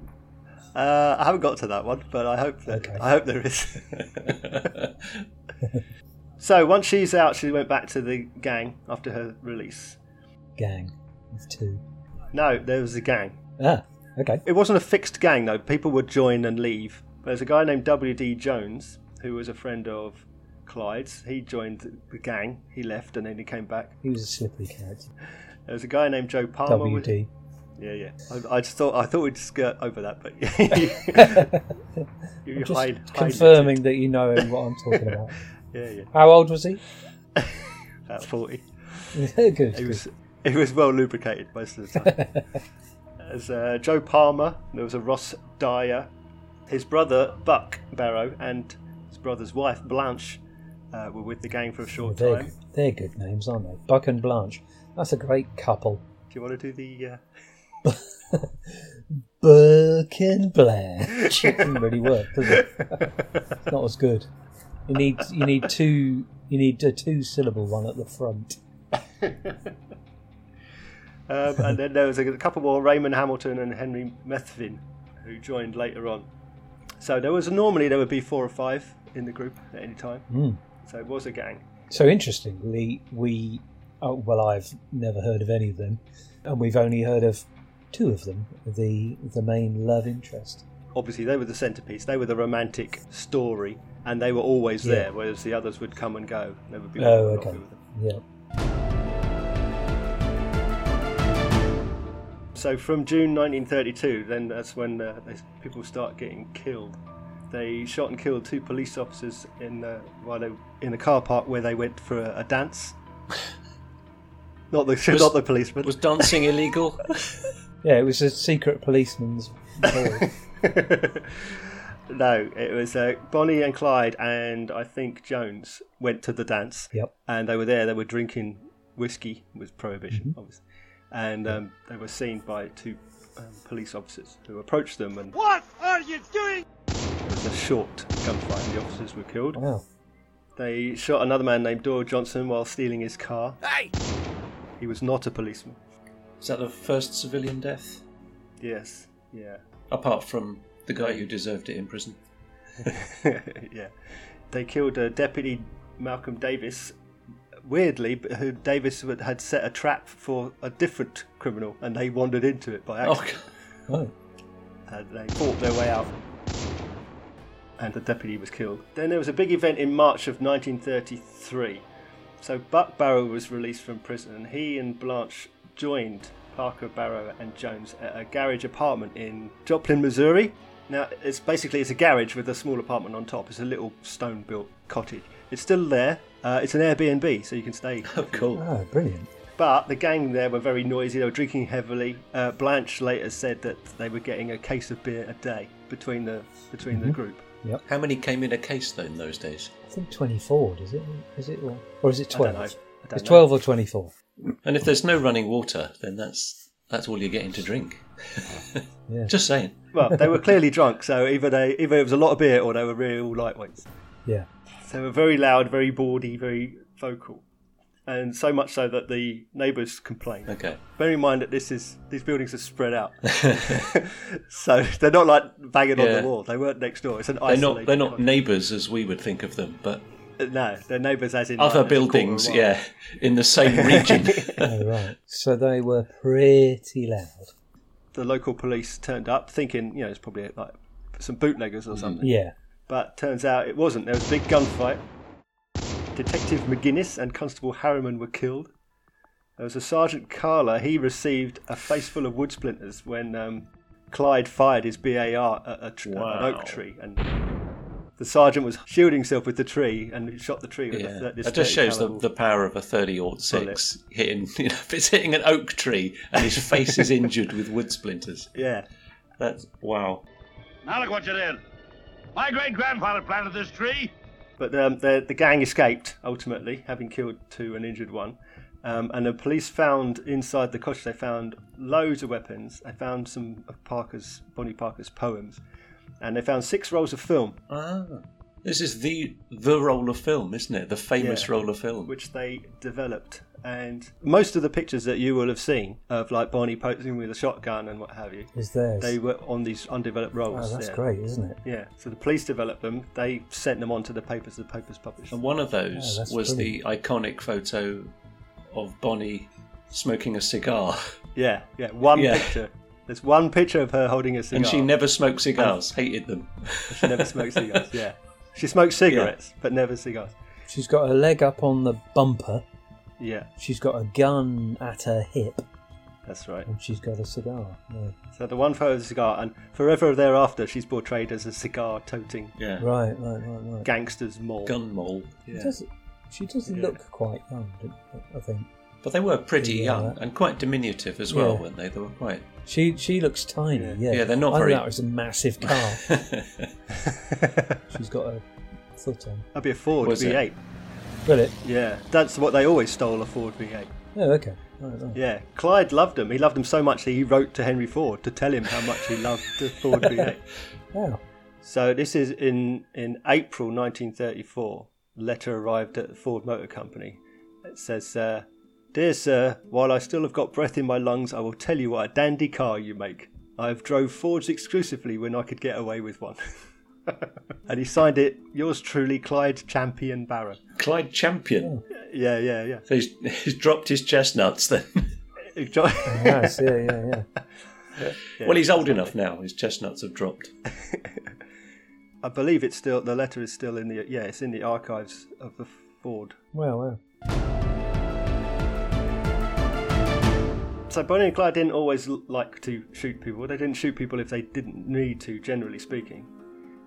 Speaker 2: Uh, I haven't got to that one, but I hope that I hope there is. so once she's out, she went back to the gang after her release.
Speaker 4: Gang with two.
Speaker 2: No, there was a gang.
Speaker 4: Ah, okay.
Speaker 2: It wasn't a fixed gang though. People would join and leave. There's a guy named W.D. Jones who was a friend of Clyde's. He joined the gang. He left and then he came back.
Speaker 4: He was a slippery character.
Speaker 2: There was a guy named Joe Palmer. with-
Speaker 4: WD.
Speaker 2: Yeah, yeah. I, I just thought I thought we'd skirt over that, but you,
Speaker 4: I'm just
Speaker 2: hide, hide
Speaker 4: confirming that you know what I'm talking about.
Speaker 2: Yeah, yeah.
Speaker 4: How old was he?
Speaker 2: At forty,
Speaker 4: good.
Speaker 2: he
Speaker 4: good.
Speaker 2: was he was well lubricated most of the time. There's uh, Joe Palmer. There was a Ross Dyer, his brother Buck Barrow, and his brother's wife Blanche uh, were with the gang for a short
Speaker 4: they're,
Speaker 2: time.
Speaker 4: they're good names, aren't they? Buck and Blanche. That's a great couple.
Speaker 2: Do you want to do the? Uh...
Speaker 4: Buck and Blanche. It didn't really work, does it? It's not as good. You need you need two you need a two syllable one at the front.
Speaker 2: Um, and then there was a couple more Raymond Hamilton and Henry Methvin, who joined later on. So there was normally there would be four or five in the group at any time.
Speaker 4: Mm.
Speaker 2: So it was a gang.
Speaker 4: So interestingly, we oh, well, I've never heard of any of them, and we've only heard of two of them. The the main love interest.
Speaker 2: Obviously, they were the centerpiece. They were the romantic story, and they were always
Speaker 4: Yeah.
Speaker 2: there. Whereas the others would come and go. There would be
Speaker 4: Oh,
Speaker 2: one or
Speaker 4: okay.
Speaker 2: two of them.
Speaker 4: Yeah.
Speaker 2: So from June 1932, then that's when uh, they, people start getting killed. They shot and killed two police officers in uh, while they in a car park where they went for a, a dance. not the
Speaker 3: Was-
Speaker 2: not the policeman.
Speaker 3: Was dancing illegal?
Speaker 4: Yeah, it was a secret policeman's ball.
Speaker 2: no, it was uh, Bonnie and Clyde and I think Jones went to the dance.
Speaker 4: Yep.
Speaker 2: And they were there. They were drinking whiskey. It was prohibition, obviously. And um, they were seen by two um, police officers who approached them, and there
Speaker 11: What are you doing?
Speaker 2: was a short gunfight. and The officers were killed.
Speaker 4: Wow.
Speaker 2: They shot another man named Doyle Johnson while stealing his car.
Speaker 11: Hey!
Speaker 2: He was not a policeman.
Speaker 3: Is that the first civilian death?
Speaker 2: Yes. Yeah.
Speaker 3: Apart from the guy who deserved it in prison.
Speaker 2: yeah. They killed uh, Deputy Malcolm Davis, weirdly, but who Davis would- had set a trap for a different criminal and they wandered into it by accident.
Speaker 4: Oh.
Speaker 2: And they fought their way out. And the deputy was killed. Then there was a big event in March of 1933. So Buck Barrow was released from prison and he and Blanche joined Parker, Barrow and Jones at a garage apartment in Joplin, Missouri. Now it's basically it's a garage with a small apartment on top. It's a little stone built cottage. It's still there. Uh, it's an Airbnb, so you can stay.
Speaker 3: Oh,
Speaker 2: uh,
Speaker 3: cool.
Speaker 4: Oh, brilliant.
Speaker 2: But the gang there were very noisy. They were drinking heavily. Uh, Blanche later said that they were getting a case of beer a day between the between
Speaker 3: Mm-hmm.
Speaker 2: the group.
Speaker 3: How many came in a case though in those days?
Speaker 4: I think 24, does it? Is it or, or is it
Speaker 2: I don't
Speaker 4: 12?
Speaker 2: know. I don't
Speaker 4: It's
Speaker 2: know.
Speaker 4: 12 or 24.
Speaker 3: And if there's no running water, then that's that's all you're getting to drink.
Speaker 4: Yeah.
Speaker 3: Just saying.
Speaker 2: Well, they were clearly drunk, so either they either it was a lot of beer or they were real lightweights.
Speaker 4: Yeah.
Speaker 2: They were very loud, very bawdy, very vocal, and so much so that the neighbours complained.
Speaker 3: Okay.
Speaker 2: Bear in mind that this is these buildings are spread out, so they're not like banging
Speaker 3: Yeah.
Speaker 2: on the wall. They weren't next door. It's an
Speaker 3: They're
Speaker 2: isolated.
Speaker 3: not they're not neighbours as we would think of them, but
Speaker 2: not no, they're neighbours as in like,
Speaker 3: other
Speaker 2: there's a quarter
Speaker 3: buildings,
Speaker 2: mile.
Speaker 3: yeah, in the same region.
Speaker 4: Oh, right. So they were pretty loud.
Speaker 2: The local police turned up thinking, you know, it's probably like some bootleggers
Speaker 3: Mm.
Speaker 2: or something.
Speaker 4: Yeah.
Speaker 2: But turns out it wasn't. There was a big gunfight. Detective McGuinness and Constable Harriman were killed. There was a Sergeant Carla. He received a face full of wood splinters when um, Clyde fired his BAR at a tr-
Speaker 3: Wow.
Speaker 2: an oak tree. And the sergeant was shielding himself with the tree and he shot the tree with
Speaker 3: Yeah.
Speaker 2: a, th- this
Speaker 3: That just
Speaker 2: 30
Speaker 3: shows the,
Speaker 2: caliber.
Speaker 3: the power of a thirty or six hitting you know, if it's hitting an oak tree and his face is injured with wood splinters.
Speaker 2: Yeah.
Speaker 3: That's wow.
Speaker 11: Now look what you did. My great grandfather planted this tree.
Speaker 2: But um, the, the gang escaped ultimately, having killed two and injured one. Um, and the police found inside the cottage, they found loads of weapons. They found some of Parker's, Bonnie Parker's poems. and they found six rolls of film.
Speaker 3: Ah. This is the the role of film, isn't it? The famous
Speaker 2: Yeah.
Speaker 3: role of film.
Speaker 2: Which they developed. And most of the pictures that you will have seen of like Barney posing with a shotgun and what have you
Speaker 4: Is theirs.
Speaker 2: They were on these undeveloped rolls.
Speaker 4: Oh, that's
Speaker 2: yeah.
Speaker 4: great, isn't it?
Speaker 2: Yeah. So the police developed them. They sent them on to the papers. The papers published.
Speaker 3: And one of
Speaker 2: Yeah,
Speaker 3: those
Speaker 2: that's
Speaker 3: was the iconic photo of Bonnie smoking a cigar.
Speaker 2: Yeah. Yeah. One
Speaker 3: Yeah.
Speaker 2: picture. There's one picture of her holding a cigar.
Speaker 3: And she never smoked cigars, hated them.
Speaker 2: She never smoked cigars, yeah. She smokes cigarettes, but never cigars.
Speaker 4: She's got her leg up on the bumper.
Speaker 2: Yeah.
Speaker 4: She's got a gun at her hip.
Speaker 2: That's right.
Speaker 4: And she's got a cigar. Yeah.
Speaker 2: So the one photo of the cigar, and forever thereafter, she's portrayed as a cigar-toting
Speaker 3: Yeah.
Speaker 4: Right, right, right, right.
Speaker 2: gangster's mole.
Speaker 3: Gun mole.
Speaker 4: She does, she does look quite young, don't- I think.
Speaker 3: But they were pretty
Speaker 4: Yeah.
Speaker 3: young and quite diminutive as well,
Speaker 4: Yeah.
Speaker 3: weren't they? They were quite.
Speaker 4: She she looks tiny, yeah.
Speaker 3: Yeah, they're not
Speaker 4: I think
Speaker 3: very-
Speaker 4: that was a massive car. She's got a foot on.
Speaker 2: That'd be a Ford
Speaker 4: Was it?
Speaker 2: V8.
Speaker 4: Will it?
Speaker 2: Yeah, that's what they always stole a Ford V8.
Speaker 4: Oh, okay. Right, right.
Speaker 2: Yeah, Clyde loved them. He loved them so much that he wrote to Henry Ford to tell him how much he loved the Ford V8.
Speaker 4: Wow.
Speaker 2: So this is in in April 1934. A letter arrived at the Ford Motor Company. It says, uh, "Dear sir, while I still have got breath in my lungs, I will tell you what a dandy car you make. I have drove Fords exclusively when I could get away with one." and he signed it, "Yours truly, Clyde Champion Barrow."
Speaker 3: Clyde
Speaker 2: Oh.
Speaker 3: Champion.
Speaker 2: Yeah, yeah, yeah.
Speaker 3: So he's, he's dropped his chestnuts then.
Speaker 4: Nice, yeah, yeah, yeah.
Speaker 3: Well, he's old enough now. His chestnuts have dropped.
Speaker 2: I believe it's still the letter is still in the yeah it's in the archives of the Ford.
Speaker 4: Wow, wow.
Speaker 2: So Bonnie and Clyde didn't always l- like to shoot people. They didn't shoot people if they didn't need to, generally speaking.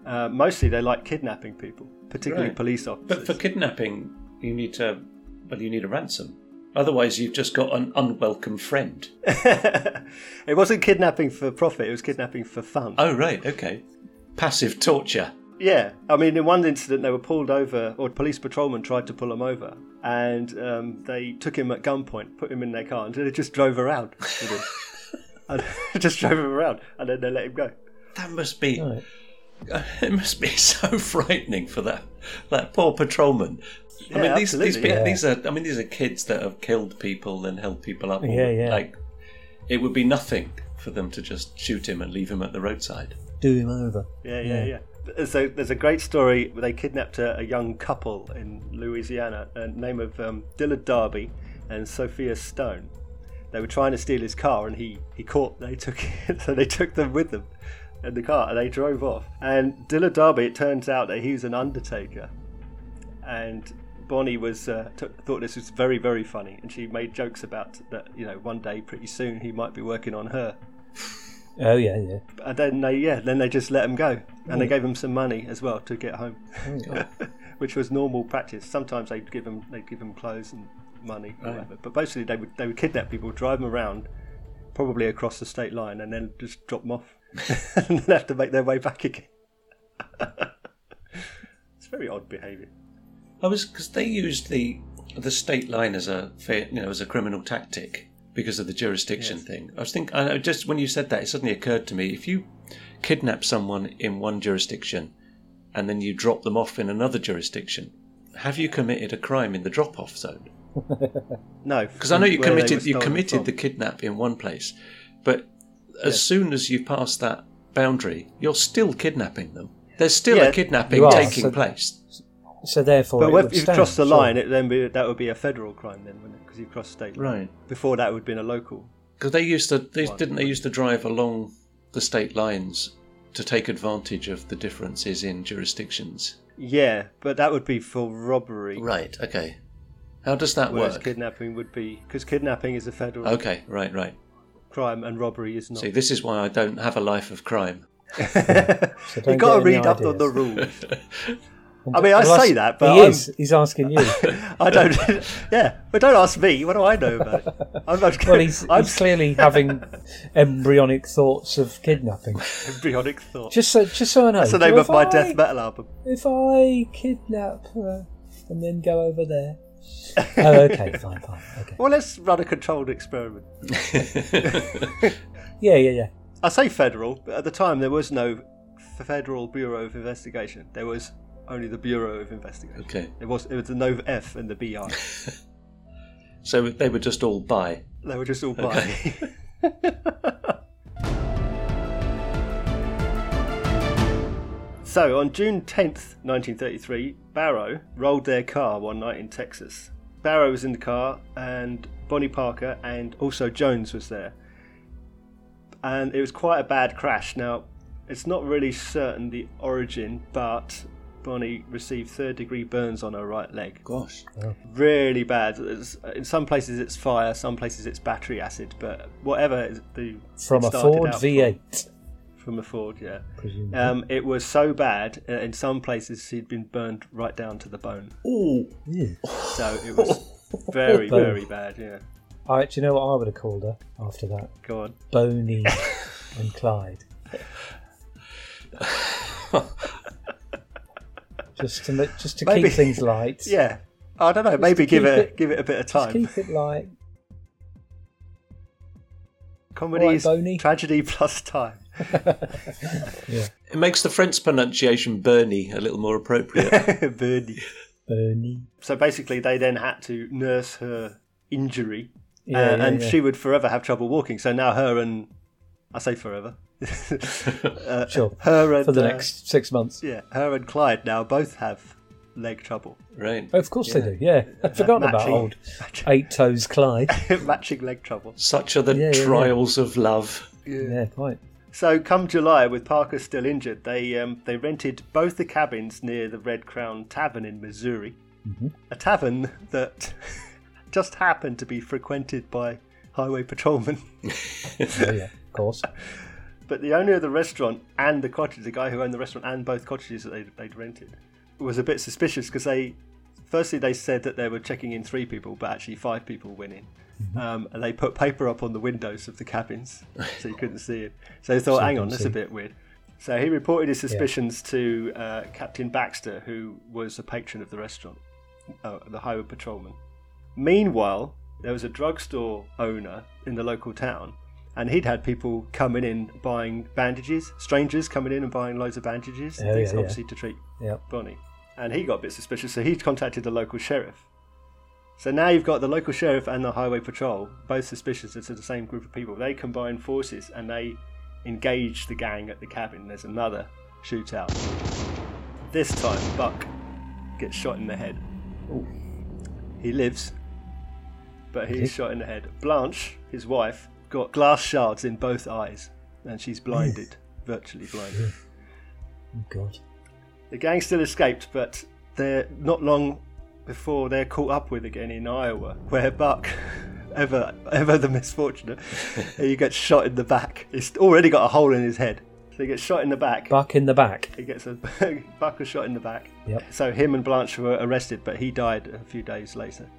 Speaker 2: Uh, mostly they like kidnapping people, particularly
Speaker 3: Right.
Speaker 2: police officers.
Speaker 3: But for kidnapping, you need to. Well, you need a ransom. Otherwise, you've just got an unwelcome friend.
Speaker 2: It wasn't kidnapping for profit; it was kidnapping for fun. Uh,
Speaker 3: Oh, right, okay. Passive torture.
Speaker 2: Yeah, I mean, in one incident, they were pulled over, or police patrolmen tried to pull him over, and um, they took him at gunpoint, put him in their car, and they just drove around with him. and just drove him around, and then they let him go.
Speaker 3: That must be. It must be so frightening for that that poor patrolman. I
Speaker 2: Yeah,
Speaker 3: mean, these these,
Speaker 2: absolutely,
Speaker 3: pe-
Speaker 2: yeah.
Speaker 3: these are. I mean, these are kids that have killed people and held people up.
Speaker 4: Yeah, yeah.
Speaker 3: Like, it would be nothing for them to just shoot him and leave him at the roadside.
Speaker 4: Do him over.
Speaker 2: Yeah, yeah, yeah. So there's a great story where they kidnapped a, a young couple in Louisiana, uh, name of um, Dillard Darby and Sophia Stone. They were trying to steal his car, and he he caught. They took so they took them with them in the car, and they drove off. And Dillard Darby, it turns out that he was an undertaker, and Bonnie was uh, t- thought this was very very funny, and she made jokes about that. You know, one day pretty soon he might be working on her.
Speaker 4: Oh, yeah, yeah.
Speaker 2: And then they, yeah, then they just let him go, and
Speaker 3: Hmm.
Speaker 2: they
Speaker 4: Yeah.
Speaker 2: gave him some money as well to get home,
Speaker 4: Oh, God.
Speaker 2: which was normal practice. Sometimes they'd give him, they'd give him clothes and money,
Speaker 3: Oh,
Speaker 2: or
Speaker 4: Right.
Speaker 2: whatever. But mostly they would, they would kidnap people, drive them around, probably across the state line, and then just drop them off, and then have to make their way back again. it's very odd behaviour.
Speaker 3: I was because they used the the state line as a fa- you know as a criminal tactic because of the jurisdiction thing. I was think I I just when you said that, it suddenly occurred to me: if you kidnap someone in one jurisdiction and then you drop them off in another jurisdiction, have you committed a crime in the drop-off zone?
Speaker 2: No,
Speaker 3: Because I know you
Speaker 2: where they
Speaker 3: committed
Speaker 2: were
Speaker 3: you
Speaker 2: stolen
Speaker 3: committed
Speaker 2: from.
Speaker 3: the kidnap in one place, but as
Speaker 2: Yes.
Speaker 3: soon as you pass that boundary, you're still kidnapping them. There's still
Speaker 2: Yeah.
Speaker 3: a kidnapping
Speaker 4: You are,
Speaker 3: taking
Speaker 4: so-
Speaker 3: place.
Speaker 4: So therefore, it
Speaker 2: But
Speaker 4: would
Speaker 2: if you've
Speaker 4: stand,
Speaker 2: crossed the
Speaker 4: surely.
Speaker 2: line, it then be, that would be a federal crime then, wouldn't it? Because you've crossed state. line.
Speaker 3: Right.
Speaker 2: Before that would have been a local.
Speaker 3: Because they used to, they,
Speaker 2: One.
Speaker 3: didn't they used to drive along the state lines to take advantage of the differences in jurisdictions?
Speaker 2: Yeah, but that would be for robbery.
Speaker 3: Right, okay. How does that
Speaker 2: Whereas
Speaker 3: work?
Speaker 2: kidnapping would be because kidnapping is a federal
Speaker 3: Okay, right, right.
Speaker 2: crime and robbery is not.
Speaker 3: See, this is why I don't have a life of crime.
Speaker 2: you
Speaker 4: don't
Speaker 2: got to
Speaker 4: get any
Speaker 2: read up on
Speaker 4: ideas.
Speaker 2: the rules. I mean, I
Speaker 4: Well,
Speaker 2: say that, but
Speaker 4: he
Speaker 2: I'm-
Speaker 4: is. He's asking you.
Speaker 2: I don't. yeah, but don't ask me. What do I know about it? I'm not.
Speaker 4: well, he's,
Speaker 2: I'm
Speaker 4: he's clearly having embryonic thoughts of kidnapping.
Speaker 2: embryonic thought.
Speaker 4: Just so, just so I know.
Speaker 2: That's the name
Speaker 4: if
Speaker 2: of my
Speaker 4: I-
Speaker 2: death metal album.
Speaker 4: If I kidnap her and then go over there. Oh, okay, fine, fine. Okay.
Speaker 2: Well, let's run a controlled experiment.
Speaker 4: Yeah, yeah, yeah.
Speaker 2: I say federal, but at the time there was no Federal Bureau of Investigation. There was only the Bureau of Investigation.
Speaker 3: Okay.
Speaker 2: It was it was the no F and the BI.
Speaker 3: So they were just all by.
Speaker 2: they were just all by. So on June 10th, 1933, Barrow rolled their car one night in Texas. Barrow was in the car, and Bonnie Parker and also Jones was there. And it was quite a bad crash. Now, it's not really certain the origin, but Bonnie received third degree burns on her right leg.
Speaker 3: Gosh.
Speaker 2: Really bad. It's, in some places it's fire, some places it's battery acid, but whatever the.
Speaker 4: From
Speaker 2: it
Speaker 4: a
Speaker 2: started
Speaker 4: Ford
Speaker 2: out
Speaker 4: V8.
Speaker 2: From a Ford, yeah.
Speaker 4: Presumably.
Speaker 2: Um, it was so bad, uh, in some places she'd been burned right down to the bone.
Speaker 3: Ooh.
Speaker 2: So it was very,
Speaker 4: Bone.
Speaker 2: very bad, yeah.
Speaker 4: I, do you know what I would have called her after that?
Speaker 2: Go on.
Speaker 4: Boney and Clyde. just to ma- just to
Speaker 2: Maybe-
Speaker 4: keep things light.
Speaker 2: Yeah. I don't know,
Speaker 4: Just
Speaker 2: maybe
Speaker 4: to
Speaker 2: give
Speaker 4: keep
Speaker 2: it,
Speaker 4: it-
Speaker 2: give it a bit of
Speaker 4: Just
Speaker 2: time.
Speaker 4: keep it light.
Speaker 2: Comedy
Speaker 4: Alright,
Speaker 2: is tragedy plus time.
Speaker 3: It makes the French pronunciation Bernie a little more appropriate.
Speaker 2: Bernie.
Speaker 4: Bernie.
Speaker 2: So basically, they then had to nurse her injury,
Speaker 4: Yeah,
Speaker 2: uh,
Speaker 4: yeah,
Speaker 2: and
Speaker 4: yeah.
Speaker 2: she would forever have trouble walking. So now her and I say forever. uh,
Speaker 4: Sure.
Speaker 2: Her and
Speaker 4: For the
Speaker 2: uh,
Speaker 4: next six months.
Speaker 2: yeah, her and Clyde now both have leg trouble. Uh,
Speaker 3: Right.
Speaker 4: Of course they do, yeah. I'd forgotten about
Speaker 2: matching-
Speaker 4: old eight toes Clyde.
Speaker 2: matching leg trouble.
Speaker 3: Such are the
Speaker 4: Yeah, yeah, yeah.
Speaker 3: trials of love.
Speaker 2: Yeah.
Speaker 4: quite.
Speaker 2: So come July, with Parker still injured, they um, they rented both the cabins near the Red Crown Tavern in Missouri,
Speaker 4: Mm-hmm.
Speaker 2: a tavern that just happened to be frequented by highway patrolmen.
Speaker 4: Oh, yeah, of course.
Speaker 2: But the owner of the restaurant and the cottage, the guy who owned the restaurant and both cottages that they'd, they'd rented, was a bit suspicious because they, firstly, they said that they were checking in three people, but actually five people went in.
Speaker 4: Mm-hmm.
Speaker 2: Um, and they put paper up on the windows of the cabins so you couldn't see it. So they thought,
Speaker 4: So you
Speaker 2: hang on,
Speaker 4: couldn't
Speaker 2: that's
Speaker 4: see.
Speaker 2: a bit weird. So he reported his suspicions to uh, Captain Baxter, who was a patron of the restaurant, uh, the highway patrolman. Meanwhile, there was a drugstore owner in the local town, and he'd had people coming in buying bandages, strangers coming in and buying loads of bandages, and
Speaker 4: Oh,
Speaker 2: things
Speaker 4: yeah, yeah.
Speaker 2: obviously to treat
Speaker 4: Yeah.
Speaker 2: Bonnie. And he got a bit suspicious, so he contacted the local sheriff. So now you've got the local sheriff and the highway patrol, both suspicious it's the same group of people. They combine forces and they engage the gang at the cabin. There's another shootout. This time, Buck gets shot in the head. He lives, but he's
Speaker 4: Okay.
Speaker 2: shot in the head. Blanche, his wife, got glass shards in both eyes, and she's blinded, virtually blinded.
Speaker 4: Oh, God.
Speaker 2: The gang still escaped, but they're not long before they're caught up with again in Iowa, where Buck, ever ever the misfortunate, he gets shot in the back. He's already got a hole in his head, so he gets shot in the back.
Speaker 4: Buck in the back.
Speaker 2: He gets a Buck was shot in the back.
Speaker 4: Yep.
Speaker 2: So him and Blanche were arrested, but he died a few days later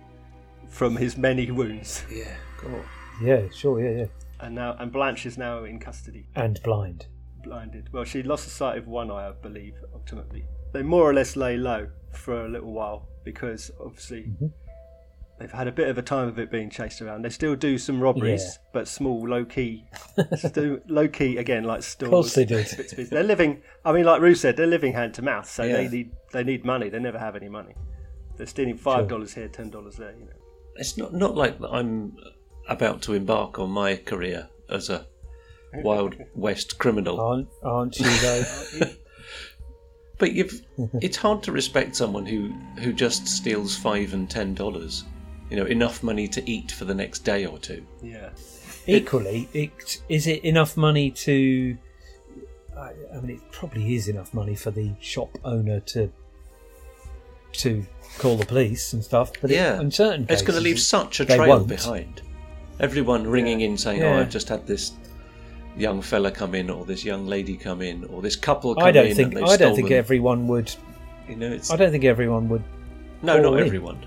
Speaker 2: from his many wounds.
Speaker 3: Yeah.
Speaker 4: Yeah, sure, yeah, yeah.
Speaker 2: And now, and Blanche is now in custody.
Speaker 4: And blind.
Speaker 2: blinded. Well, she lost the sight of one eye, I believe, ultimately. They more or less lay low for a little while because obviously
Speaker 4: Mm-hmm.
Speaker 2: they've had a bit of a time of it being chased around. They still do some robberies,
Speaker 4: Yeah.
Speaker 2: but small, low key. Still low key again, like stores.
Speaker 4: course they did.
Speaker 2: bits and pieces. They're living. I mean, like Rue said, they're living hand to mouth, so
Speaker 3: Yeah.
Speaker 2: they need they need money. They never have any money. They're stealing five dollars here, ten dollars there. You know.
Speaker 3: It's not, not like that I'm about to embark on my career as a Wild West criminal.
Speaker 4: Aren't, aren't you, though?
Speaker 3: But you've, it's hard to respect someone who, who just steals five and ten dollars. You know, enough money to eat for the next day or two.
Speaker 2: Yeah.
Speaker 4: Equally, it, is it enough money to. I, I mean, it probably is enough money for the shop owner to to call the police and stuff, but
Speaker 3: yeah,
Speaker 4: it, in certain
Speaker 3: it's
Speaker 4: cases,
Speaker 3: going to leave such a
Speaker 4: they
Speaker 3: trail
Speaker 4: won't.
Speaker 3: behind. Everyone ringing in saying, "Oh,
Speaker 4: Yeah.
Speaker 3: I've just had this young fella come in, or this young lady come in, or this couple come
Speaker 4: I don't
Speaker 3: in."
Speaker 4: think
Speaker 3: and they've
Speaker 4: I don't think
Speaker 3: stolen."
Speaker 4: everyone would.
Speaker 3: You know, it's
Speaker 4: I don't think everyone would.
Speaker 3: no,
Speaker 4: all
Speaker 3: not
Speaker 4: in.
Speaker 3: everyone,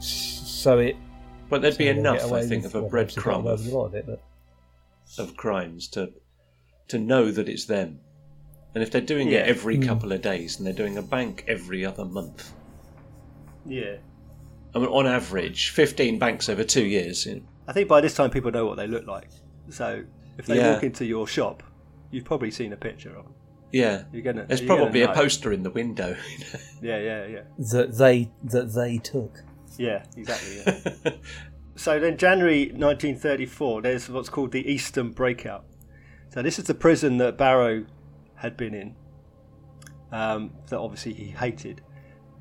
Speaker 4: So it
Speaker 3: but there'd be
Speaker 4: so they'll
Speaker 3: enough,
Speaker 4: get
Speaker 3: I
Speaker 4: away
Speaker 3: think,
Speaker 4: with-
Speaker 3: of a
Speaker 4: well, obviously they'll get
Speaker 3: breadcrumb
Speaker 4: away with
Speaker 3: of,
Speaker 4: a lot of it, but
Speaker 3: of crimes to to know that it's them. And if they're doing
Speaker 2: Yeah.
Speaker 3: it every
Speaker 4: Hmm.
Speaker 3: couple of days, and they're doing a bank every other month,
Speaker 2: Yeah.
Speaker 3: I mean, on average, fifteen banks over two years. you know.
Speaker 2: I think by this time people know what they look like. So if they
Speaker 3: Yeah.
Speaker 2: walk into your shop, you've probably seen a picture of them.
Speaker 3: Yeah,
Speaker 2: You're gonna-
Speaker 3: There's
Speaker 2: you're gonna
Speaker 3: probably a
Speaker 2: know.
Speaker 3: poster in the window.
Speaker 2: Yeah, yeah, yeah.
Speaker 4: that they that they took.
Speaker 2: Yeah, exactly. Yeah. so then, January 1934, there's what's called the Eastern Breakout. So this is the prison that Barrow had been in, um, that obviously he hated.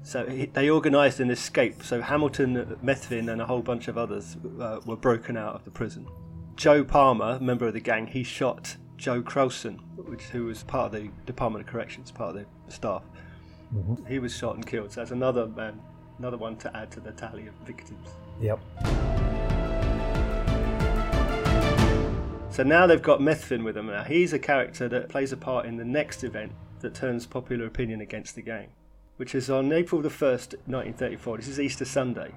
Speaker 2: So he, they organised an escape. So Hamilton, Methvin, and a whole bunch of others uh, were broken out of the prison. Joe Palmer, member of the gang, he shot Joe Crowson, which, who was part of the Department of Corrections, part of the staff. He was shot and killed. So that's another man, another one to add to the tally of victims.
Speaker 4: Yep.
Speaker 2: So now they've got Methvin with them. Now he's a character that plays a part in the next event that turns popular opinion against the gang, which is on April the first, 1934. This is Easter Sunday.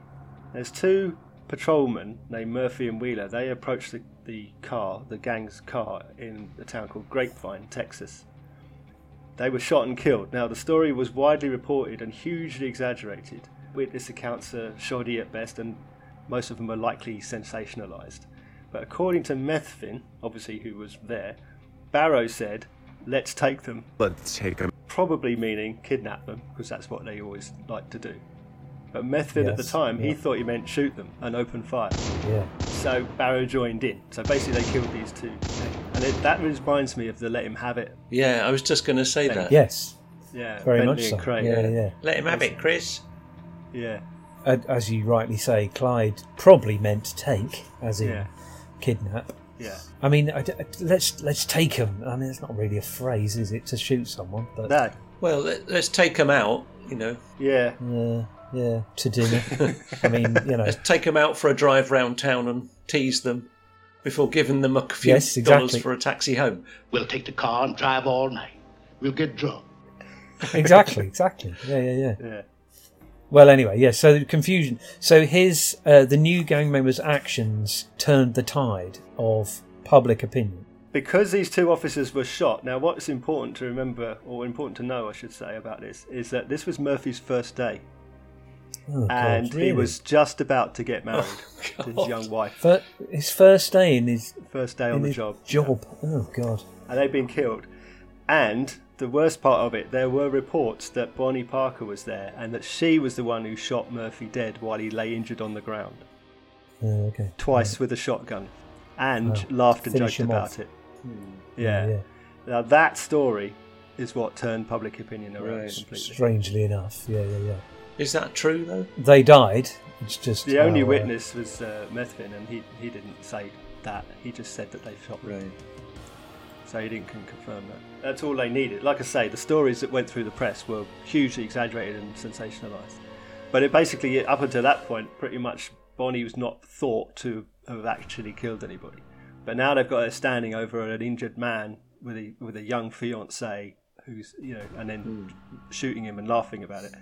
Speaker 2: There's two patrolmen named Murphy and Wheeler. They approach the, the car, the gang's car, in a town called Grapevine, Texas. They were shot and killed. Now, the story was widely reported and hugely exaggerated. Witness accounts are shoddy at best, and most of them are likely sensationalised. But according to Methvin, obviously who was there, Barrow said, let's take them,
Speaker 12: Let's take him.
Speaker 2: probably meaning kidnap them, because that's what they always like to do. But Methvin at the
Speaker 12: Yes,
Speaker 2: time, he
Speaker 12: yeah.
Speaker 2: thought he meant shoot them and open fire.
Speaker 4: Yeah.
Speaker 2: So Barrow joined in. So basically, they killed these two. And it, that reminds me of the let him have it.
Speaker 3: yeah, I was just going to say that.
Speaker 4: Yes.
Speaker 2: Yeah,
Speaker 4: Very
Speaker 2: Bentley
Speaker 4: much
Speaker 2: and
Speaker 4: so.
Speaker 2: Craig,
Speaker 4: yeah,
Speaker 2: yeah.
Speaker 4: yeah.
Speaker 3: Let him have it, Chris.
Speaker 2: Yeah.
Speaker 4: Ad- As you rightly say, Clyde probably meant take, as in
Speaker 2: Yeah.
Speaker 4: kidnap.
Speaker 2: Yeah.
Speaker 4: I mean, I d- I d- let's let's take him. I mean, it's not really a phrase, is it, to shoot someone? But
Speaker 2: No.
Speaker 3: Well, let, let's take them out. You know,
Speaker 2: Yeah.
Speaker 4: Yeah. Yeah. To dinner. I mean, you know.
Speaker 3: let's take them out for a drive round town and tease them before giving them a few
Speaker 4: Yes,
Speaker 3: dollars
Speaker 4: exactly.
Speaker 3: for a taxi home.
Speaker 13: We'll take the car and drive all night. We'll get drunk.
Speaker 4: Exactly. Exactly. Yeah. Yeah. Yeah.
Speaker 2: Yeah.
Speaker 4: Well, anyway, yeah. So the confusion. So his uh, the new gang members' actions turned the tide of public opinion.
Speaker 2: Because these two officers were shot, now what's important to remember, or important to know, I should say, about this, is that this was Murphy's first day.
Speaker 4: Oh, God,
Speaker 2: and he
Speaker 4: really? Oh,
Speaker 2: was just about to get married to his young wife.
Speaker 4: Fir- his first day in his
Speaker 2: First day
Speaker 4: in
Speaker 2: on the
Speaker 4: his
Speaker 2: job.
Speaker 4: Job. Oh God.
Speaker 2: And they'd been killed. And the worst part of it, there were reports that Bonnie Parker was there and that she was the one who shot Murphy dead while he lay injured on the ground.
Speaker 4: Oh, okay.
Speaker 2: twice with a shotgun and
Speaker 4: Wow.
Speaker 2: laughed and
Speaker 4: Finish
Speaker 2: joked
Speaker 4: him
Speaker 2: about
Speaker 4: off.
Speaker 2: it. Yeah.
Speaker 4: Yeah, yeah.
Speaker 2: Now that story is what turned public opinion around
Speaker 3: Right.
Speaker 2: completely.
Speaker 4: Strangely enough. Yeah. Yeah. Yeah.
Speaker 3: Is that true though?
Speaker 4: They died. It's just
Speaker 2: The only
Speaker 4: how, uh,
Speaker 2: witness was uh, Methvin, and he, he didn't say that. He just said that they shot him.
Speaker 3: Right.
Speaker 2: So he didn't can confirm that. That's all they needed. Like I say, the stories that went through the press were hugely exaggerated and sensationalised. But it basically, up until that point, pretty much Bonnie was not thought to have actually killed anybody. But now they've got her standing over an injured man with a with a young fiance who's you know, and then shooting him and laughing about it.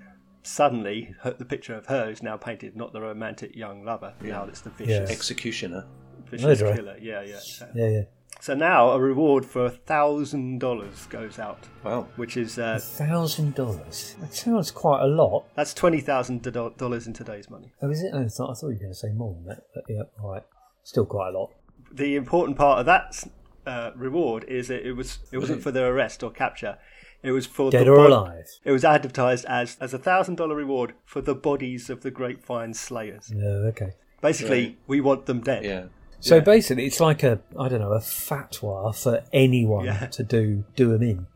Speaker 2: Suddenly, her, the picture of her is now painted not the romantic young lover. Now it's the vicious,
Speaker 3: Executioner.
Speaker 2: vicious
Speaker 3: Murderer.
Speaker 2: killer. Yeah, yeah, exactly.
Speaker 4: Yeah. Yeah.
Speaker 2: So now a reward for a thousand dollars goes out.
Speaker 3: Wow,
Speaker 2: which is uh,
Speaker 4: Thousand dollars. That sounds quite a lot.
Speaker 2: that's twenty thousand dollars in today's money.
Speaker 4: Oh, is it? Oh, I thought I thought you were going to say more than that. But yeah. All right. Still quite a lot.
Speaker 2: The important part of that uh, reward is that it was it wasn't
Speaker 4: it?
Speaker 2: for their arrest or capture. It was for
Speaker 4: Dead
Speaker 2: the
Speaker 4: or
Speaker 2: bod-
Speaker 4: alive.
Speaker 2: It was advertised as as a thousand dollar reward for the bodies of the grapevine slayers.
Speaker 4: No. Okay.
Speaker 2: Basically,
Speaker 4: Right.
Speaker 2: we want them dead.
Speaker 3: Yeah.
Speaker 4: So basically, it's like a I don't know a fatwa for anyone
Speaker 2: Yeah.
Speaker 4: to do do them in.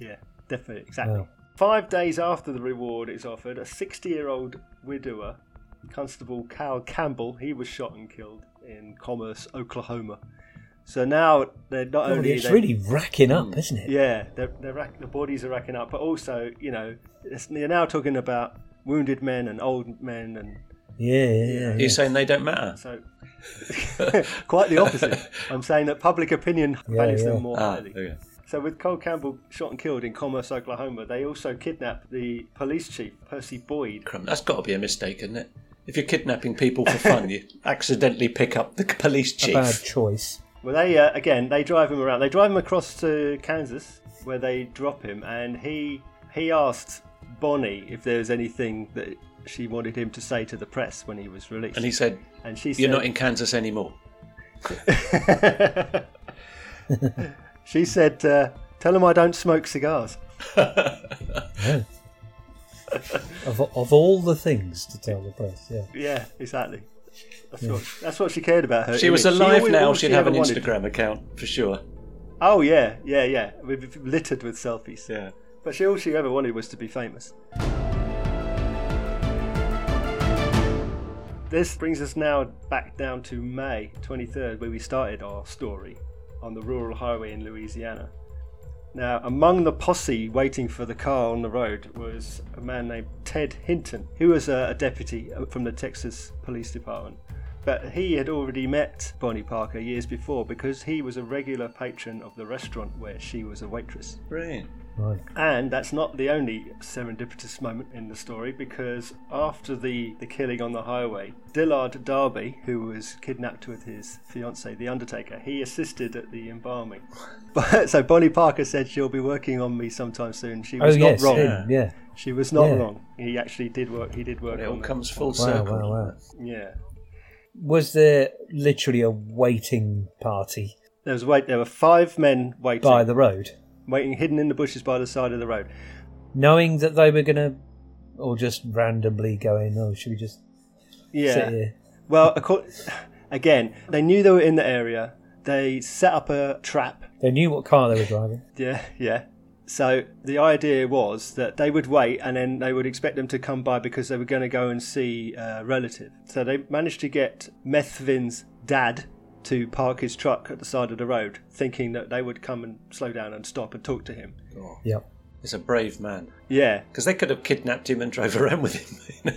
Speaker 2: Yeah, definitely, exactly.
Speaker 4: Wow.
Speaker 2: Five days after the reward is offered, a 60 year old widower, Constable Cal Campbell, he was shot and killed in Commerce, Oklahoma. So now they're not
Speaker 4: God,
Speaker 2: only.
Speaker 4: it's
Speaker 2: they- Mm.
Speaker 4: really racking up, isn't it?
Speaker 2: Yeah, they're, they're rack, the bodies are racking up, but also, you know, it's, you're now talking about wounded men and old men and.
Speaker 4: Yeah, yeah, yeah.
Speaker 3: You're saying they don't matter.
Speaker 2: So, quite the opposite. I'm saying that public opinion
Speaker 3: Yeah,
Speaker 2: values
Speaker 3: yeah.
Speaker 2: them more
Speaker 3: Ah,
Speaker 2: highly.
Speaker 3: there you go.
Speaker 2: So with Cole Campbell shot and killed in Commerce, Oklahoma, they also kidnapped the police chief, Percy Boyd.
Speaker 3: Crumb, That's got to be a mistake, isn't it? If you're kidnapping people for fun, you accidentally pick up the police
Speaker 4: A
Speaker 3: chief.
Speaker 4: bad choice.
Speaker 2: Well, they uh, again they drive him around. They drive him across to Kansas, where they drop him, and he he asked Bonnie if there was anything that she wanted him to say to the press when he was released.
Speaker 3: And he said,
Speaker 2: and she
Speaker 3: You're
Speaker 2: said-
Speaker 3: not in Kansas anymore.
Speaker 2: She said, uh, Tell him I don't smoke cigars.
Speaker 14: Yeah.
Speaker 4: of, of all the things to tell the press, yeah.
Speaker 2: Yeah, exactly. That's, what, that's what she cared about. Her.
Speaker 3: she was
Speaker 2: image.
Speaker 3: alive
Speaker 2: always-
Speaker 3: now,
Speaker 2: all
Speaker 3: she'd
Speaker 2: she
Speaker 3: have
Speaker 2: ever
Speaker 3: an
Speaker 2: wanted-
Speaker 3: Instagram account for sure.
Speaker 2: Oh yeah, yeah, yeah. we littered with selfies.
Speaker 3: Yeah.
Speaker 2: But she all she ever wanted was to be famous. This brings us now back down to May 23rd, where we started our story on the rural highway in Louisiana. Now, among the posse waiting for the car on the road was a man named Ted Hinton, who was a, a deputy uh, from the Texas Police Department. But he had already met Bonnie Parker years before because he was a regular patron of the restaurant where she was a waitress.
Speaker 3: Brilliant.
Speaker 4: Right.
Speaker 2: And that's not the only serendipitous moment in the story because after the, the killing on the highway, Dillard Darby, who was kidnapped with his fiancee, The Undertaker, he assisted at the embalming. But, so Bonnie Parker said she'll be working on me sometime soon. She
Speaker 4: Oh,
Speaker 2: was not
Speaker 4: yes,
Speaker 2: wrong.
Speaker 4: him, yeah.
Speaker 2: She was not
Speaker 4: Yeah.
Speaker 2: wrong. He actually did work he did work
Speaker 3: It
Speaker 2: on
Speaker 3: all
Speaker 2: me.
Speaker 3: comes full
Speaker 4: Wow,
Speaker 3: circle.
Speaker 4: wow, wow.
Speaker 2: Yeah.
Speaker 4: Was there literally a waiting party
Speaker 2: There was wait there were five men waiting
Speaker 4: by the road,
Speaker 2: waiting hidden in the bushes by the side of the road.
Speaker 4: knowing that they were going to, or just randomly going, oh, should we just
Speaker 2: Yeah.
Speaker 4: sit here?
Speaker 2: Well, acco- again, they knew they were in the area. They set up a trap.
Speaker 4: They knew what car they were driving.
Speaker 2: Yeah, yeah. So the idea was that they would wait and then they would expect them to come by because they were going to go and see a relative. So they managed to get Methvin's dad to park his truck at the side of the road, thinking that they would come and slow down and stop and talk to him.
Speaker 3: Oh,
Speaker 4: Yep.
Speaker 3: He's a brave man.
Speaker 2: Yeah.
Speaker 3: Because they could have kidnapped him and drove around with him.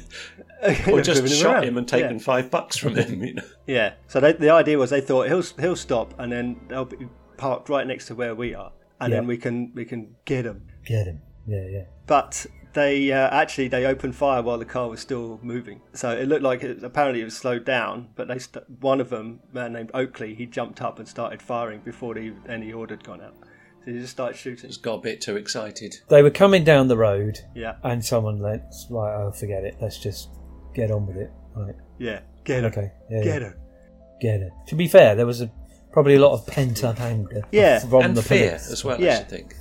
Speaker 3: or just
Speaker 2: Driven
Speaker 3: shot
Speaker 2: around.
Speaker 3: him and
Speaker 2: Yeah.
Speaker 3: taken five bucks from him. You know?
Speaker 2: Yeah. So they, the idea was they thought he'll he'll stop and then they'll be parked right next to where we are, and then
Speaker 4: Yeah.
Speaker 2: we can we can get him.
Speaker 4: Get him. Yeah, yeah.
Speaker 2: But they uh, actually they opened fire while the car was still moving. So it looked like it, apparently it was slowed down. But they st- one of them, a man named Oakley, he jumped up and started firing before the, any order had gone out. So he just started shooting.
Speaker 3: Just got a bit too excited.
Speaker 4: They were coming down the road,
Speaker 2: Yeah.
Speaker 4: and someone let's right, oh, forget it. Let's just get on with it. Right.
Speaker 2: Yeah, get him.
Speaker 4: Okay. Yeah,
Speaker 2: get
Speaker 4: yeah.
Speaker 2: him.
Speaker 4: Get it. To be fair, there was a, probably a lot of pent up anger.
Speaker 2: Yeah.
Speaker 4: From
Speaker 3: and
Speaker 4: the
Speaker 3: fear
Speaker 4: police.
Speaker 3: as well, I
Speaker 2: Yeah.
Speaker 3: should think.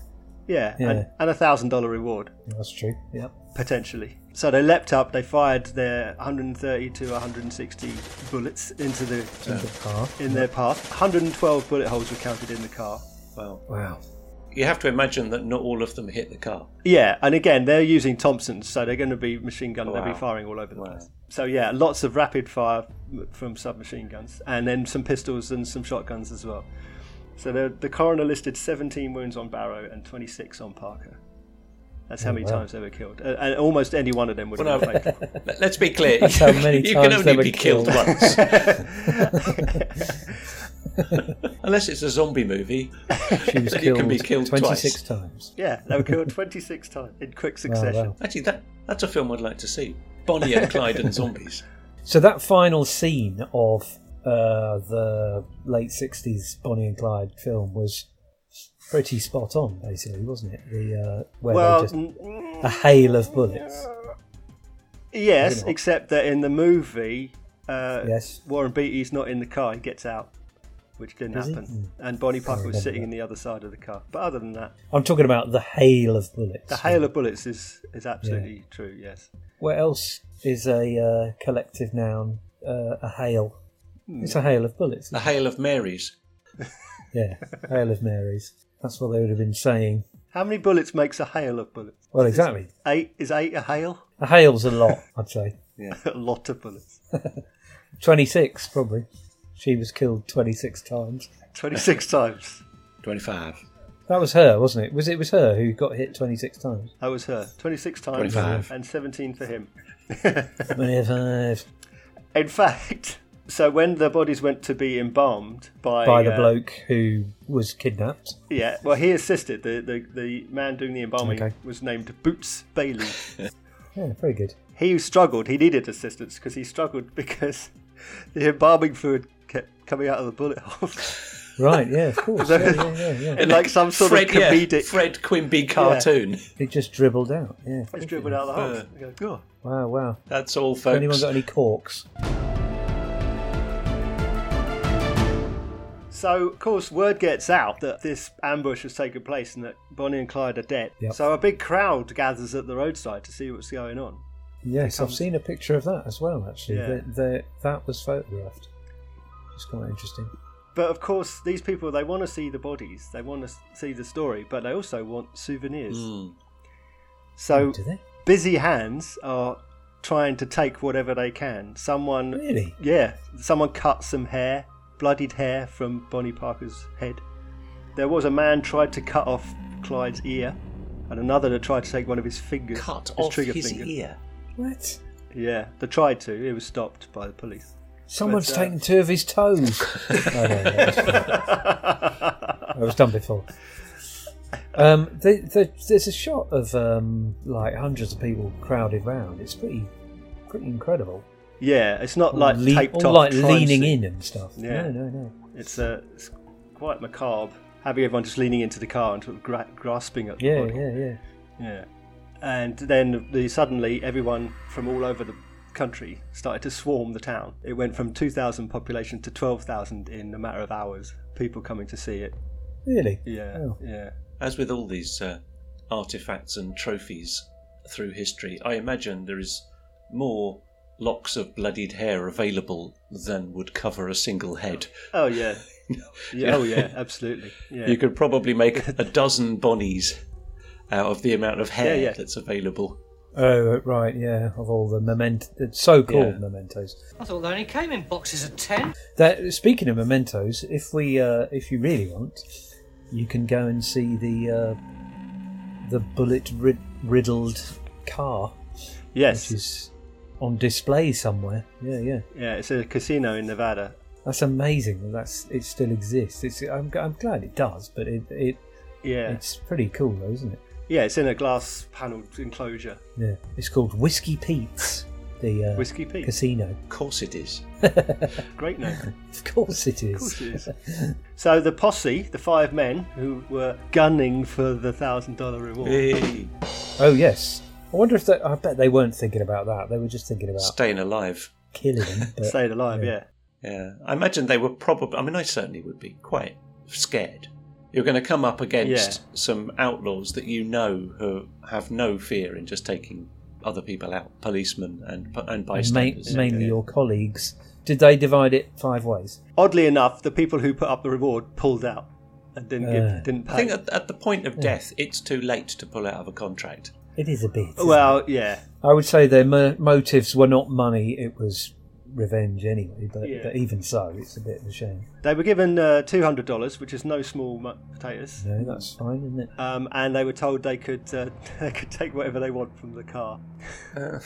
Speaker 2: Yeah,
Speaker 4: Yeah.
Speaker 2: and and a thousand dollar reward.
Speaker 4: That's true. Yeah.
Speaker 2: potentially. So they leapt up, they fired their 130 to 160 bullets into the
Speaker 4: Into the car.
Speaker 2: in their path. 112 bullet holes were counted in the car.
Speaker 3: Wow.
Speaker 4: Wow.
Speaker 3: You have to imagine that not all of them hit the car.
Speaker 2: Yeah, and again, they're using Thompsons, so they're going to be machine gun. They'll
Speaker 3: Wow.
Speaker 2: be firing all over the
Speaker 3: Wow.
Speaker 2: place. So yeah, lots of rapid fire m- from submachine guns, and then some pistols and some shotguns as well. So the the coroner listed 17 wounds on Barrow and 26 on Parker. That's how
Speaker 4: Oh,
Speaker 2: many
Speaker 4: wow.
Speaker 2: times they were killed, Uh, and almost any one of them would
Speaker 3: Well,
Speaker 2: have been
Speaker 3: no.
Speaker 2: fatal.
Speaker 3: Let- Let's be clear.
Speaker 4: That's how many
Speaker 3: you
Speaker 4: times
Speaker 3: can
Speaker 4: they
Speaker 3: only
Speaker 4: were
Speaker 3: be killed,
Speaker 4: killed.
Speaker 3: once. Unless it's a zombie
Speaker 4: She
Speaker 3: movie.
Speaker 4: was
Speaker 3: Then
Speaker 4: killed,
Speaker 3: you can be killed twice.
Speaker 4: 26 times.
Speaker 2: Yeah, they were killed 26 times in quick succession.
Speaker 4: Oh, wow.
Speaker 3: Actually, that that's a film I'd like to see. Bonnie and Clyde and zombies.
Speaker 4: So that final scene of uh, the late 60s Bonnie and Clyde film was pretty spot on, basically, wasn't it? The uh, Where
Speaker 2: Well,
Speaker 4: they just.
Speaker 2: mm,
Speaker 4: A hail of bullets.
Speaker 2: yes,
Speaker 4: Really?
Speaker 2: except that in the movie, uh,
Speaker 4: Yes.
Speaker 2: Warren Beatty's not in the car, he gets out, which didn't
Speaker 4: Is he? Hmm.
Speaker 2: happen. And Bonnie Parker
Speaker 4: remember
Speaker 2: was sitting
Speaker 4: that.
Speaker 2: in the other side of the car. But other than that,
Speaker 4: I'm talking about the hail of bullets.
Speaker 2: the hail of bullets is, is absolutely true, yes.
Speaker 4: What else is a uh, collective noun? Uh, a hail.
Speaker 2: Hmm.
Speaker 4: It's a hail of bullets.
Speaker 3: A
Speaker 4: isn't
Speaker 3: Hail of Marys.
Speaker 4: it? Yeah, hail of Marys. That's what they would have been saying.
Speaker 2: How many bullets makes a hail of bullets?
Speaker 4: Well, exactly.
Speaker 2: Eight is eight a hail?
Speaker 4: A hail's a lot, I'd say.
Speaker 2: a lot of bullets.
Speaker 4: 26, probably. She was killed 26 times.
Speaker 2: 26 times.
Speaker 3: Twenty-five.
Speaker 4: That was her, wasn't it? Was it was her who got hit 26 times?
Speaker 2: That was her. 26 times
Speaker 3: 25.
Speaker 2: and 17 for him.
Speaker 4: 25.
Speaker 2: In fact, so when the bodies went to be embalmed by,
Speaker 4: By the
Speaker 2: uh,
Speaker 4: bloke who was kidnapped.
Speaker 2: Yeah, well, he assisted. The the, the man doing the embalming
Speaker 4: Okay.
Speaker 2: was named Boots Bailey.
Speaker 4: Yeah, very good.
Speaker 2: he struggled. He needed assistance because he struggled because the embalming fluid kept coming out of the bullet holes.
Speaker 4: Right, yeah, of course. yeah, yeah, yeah, yeah.
Speaker 2: In like some sort
Speaker 3: Fred,
Speaker 2: of
Speaker 3: yeah,
Speaker 2: comedic.
Speaker 3: Fred Quimby cartoon.
Speaker 4: It just dribbled out, yeah.
Speaker 2: It's dribbled out of the holes. You go, "Oh."
Speaker 4: Wow, wow.
Speaker 3: That's all, folks.
Speaker 4: Anyone got any corks?
Speaker 2: So, of course, word gets out that this ambush has taken place and that Bonnie and Clyde are dead. So, a big crowd gathers at the roadside to see what's going on.
Speaker 4: Yes, I've seen a picture of that as well. Actually,
Speaker 2: Um, Yeah.
Speaker 4: That- that- that was photographed. It's quite interesting.
Speaker 2: But of course, these people they want to see the bodies, they want to see the story, but they also want souvenirs.
Speaker 4: Mm.
Speaker 3: Mm.
Speaker 2: So
Speaker 4: Do Oh, they?
Speaker 2: busy hands are trying to take whatever they can. Someone
Speaker 4: Really?
Speaker 2: yeah, someone cut some hair, bloodied hair from Bonnie Parker's head. There was a man tried to cut off Clyde's ear, and another that tried to take one of his fingers,
Speaker 3: Cut
Speaker 2: his
Speaker 3: off
Speaker 2: trigger
Speaker 3: his
Speaker 2: finger.
Speaker 3: ear.
Speaker 4: What?
Speaker 2: Yeah, they tried to. It was stopped by the police.
Speaker 4: Someone's
Speaker 2: But, uh,
Speaker 4: taken two of his toes. no, no, no, that's fine. It was done before. Um, the, the, there's a shot of um, like hundreds of people crowded round. It's pretty, pretty incredible.
Speaker 2: Yeah, it's not
Speaker 4: All
Speaker 2: like
Speaker 4: lean-
Speaker 2: taped
Speaker 4: all
Speaker 2: off,
Speaker 4: like
Speaker 2: crime
Speaker 4: leaning
Speaker 2: scene.
Speaker 4: in and stuff.
Speaker 2: Yeah,
Speaker 4: No, no, no.
Speaker 2: It's, uh, it's quite macabre. Having everyone just leaning into the car and sort of gra- grasping at the
Speaker 4: Yeah,
Speaker 2: body.
Speaker 4: yeah, yeah.
Speaker 2: Yeah. And then the, suddenly everyone from all over the country started to swarm the town. It went from 2,000 population to 12,000 in a matter of hours. People coming to see it.
Speaker 4: Really?
Speaker 2: Yeah,
Speaker 4: Oh.
Speaker 2: yeah.
Speaker 3: As with all these uh, artifacts and trophies through history, I imagine there is more locks of bloodied hair available than would cover a single head.
Speaker 2: Oh, yeah. yeah. Oh, yeah, absolutely. Yeah.
Speaker 3: You could probably make a dozen bonnies out of the amount of hair
Speaker 2: Yeah, yeah.
Speaker 3: that's available.
Speaker 4: Oh, right, yeah. Of all the moment, the so-called
Speaker 3: Yeah.
Speaker 4: mementos.
Speaker 12: I thought they only came in boxes of ten.
Speaker 4: That speaking of mementos, if we, uh, if you really want, you can go and see the uh, the bullet rid- riddled car.
Speaker 2: Yes.
Speaker 4: which is on display somewhere. Yeah, yeah.
Speaker 2: Yeah, it's a casino in Nevada.
Speaker 4: That's amazing. that That's it still exists. It's I'm, g- I'm glad it does, but it it
Speaker 2: Yeah.
Speaker 4: it's pretty cool though, isn't it?
Speaker 2: Yeah, it's in a glass panelled enclosure.
Speaker 4: Yeah. It's called Whiskey Pete's. The uh,
Speaker 2: Whiskey Pete's.
Speaker 4: casino.
Speaker 3: Of course it is.
Speaker 2: Great name.
Speaker 4: Of course it is.
Speaker 2: Of course it is. so the posse, the five men who were gunning for the thousand dollar reward.
Speaker 3: Hey.
Speaker 4: Oh yes. I wonder if they, I bet they weren't thinking about that. They were just thinking about
Speaker 3: Staying alive.
Speaker 4: killing him. But,
Speaker 2: Stayed alive, yeah.
Speaker 3: Yeah, I imagine they were probably. I mean, I certainly would be quite scared. You're going to come up against some outlaws that you know who have no fear in just taking other people out, policemen and and
Speaker 4: And ma-
Speaker 3: bystanders.
Speaker 4: mainly your colleagues. Did they divide it five ways?
Speaker 2: Oddly enough, the people who put up the reward pulled out and didn't
Speaker 4: Uh.
Speaker 2: give, didn't pay.
Speaker 3: I think at, at the point of death, it's too late to pull out of a contract.
Speaker 4: It is a bit. isn't
Speaker 2: well, yeah,
Speaker 4: it? I would say their mo- motives were not money. It was revenge anyway. But,
Speaker 2: Yeah.
Speaker 4: but even so, it's a bit of a shame.
Speaker 2: they were given uh, two hundred dollars, which is no small mu- potatoes.
Speaker 4: No, that's fine, isn't it?
Speaker 2: Um, and they were told they could uh, they could take whatever they want from the car.
Speaker 4: Oh,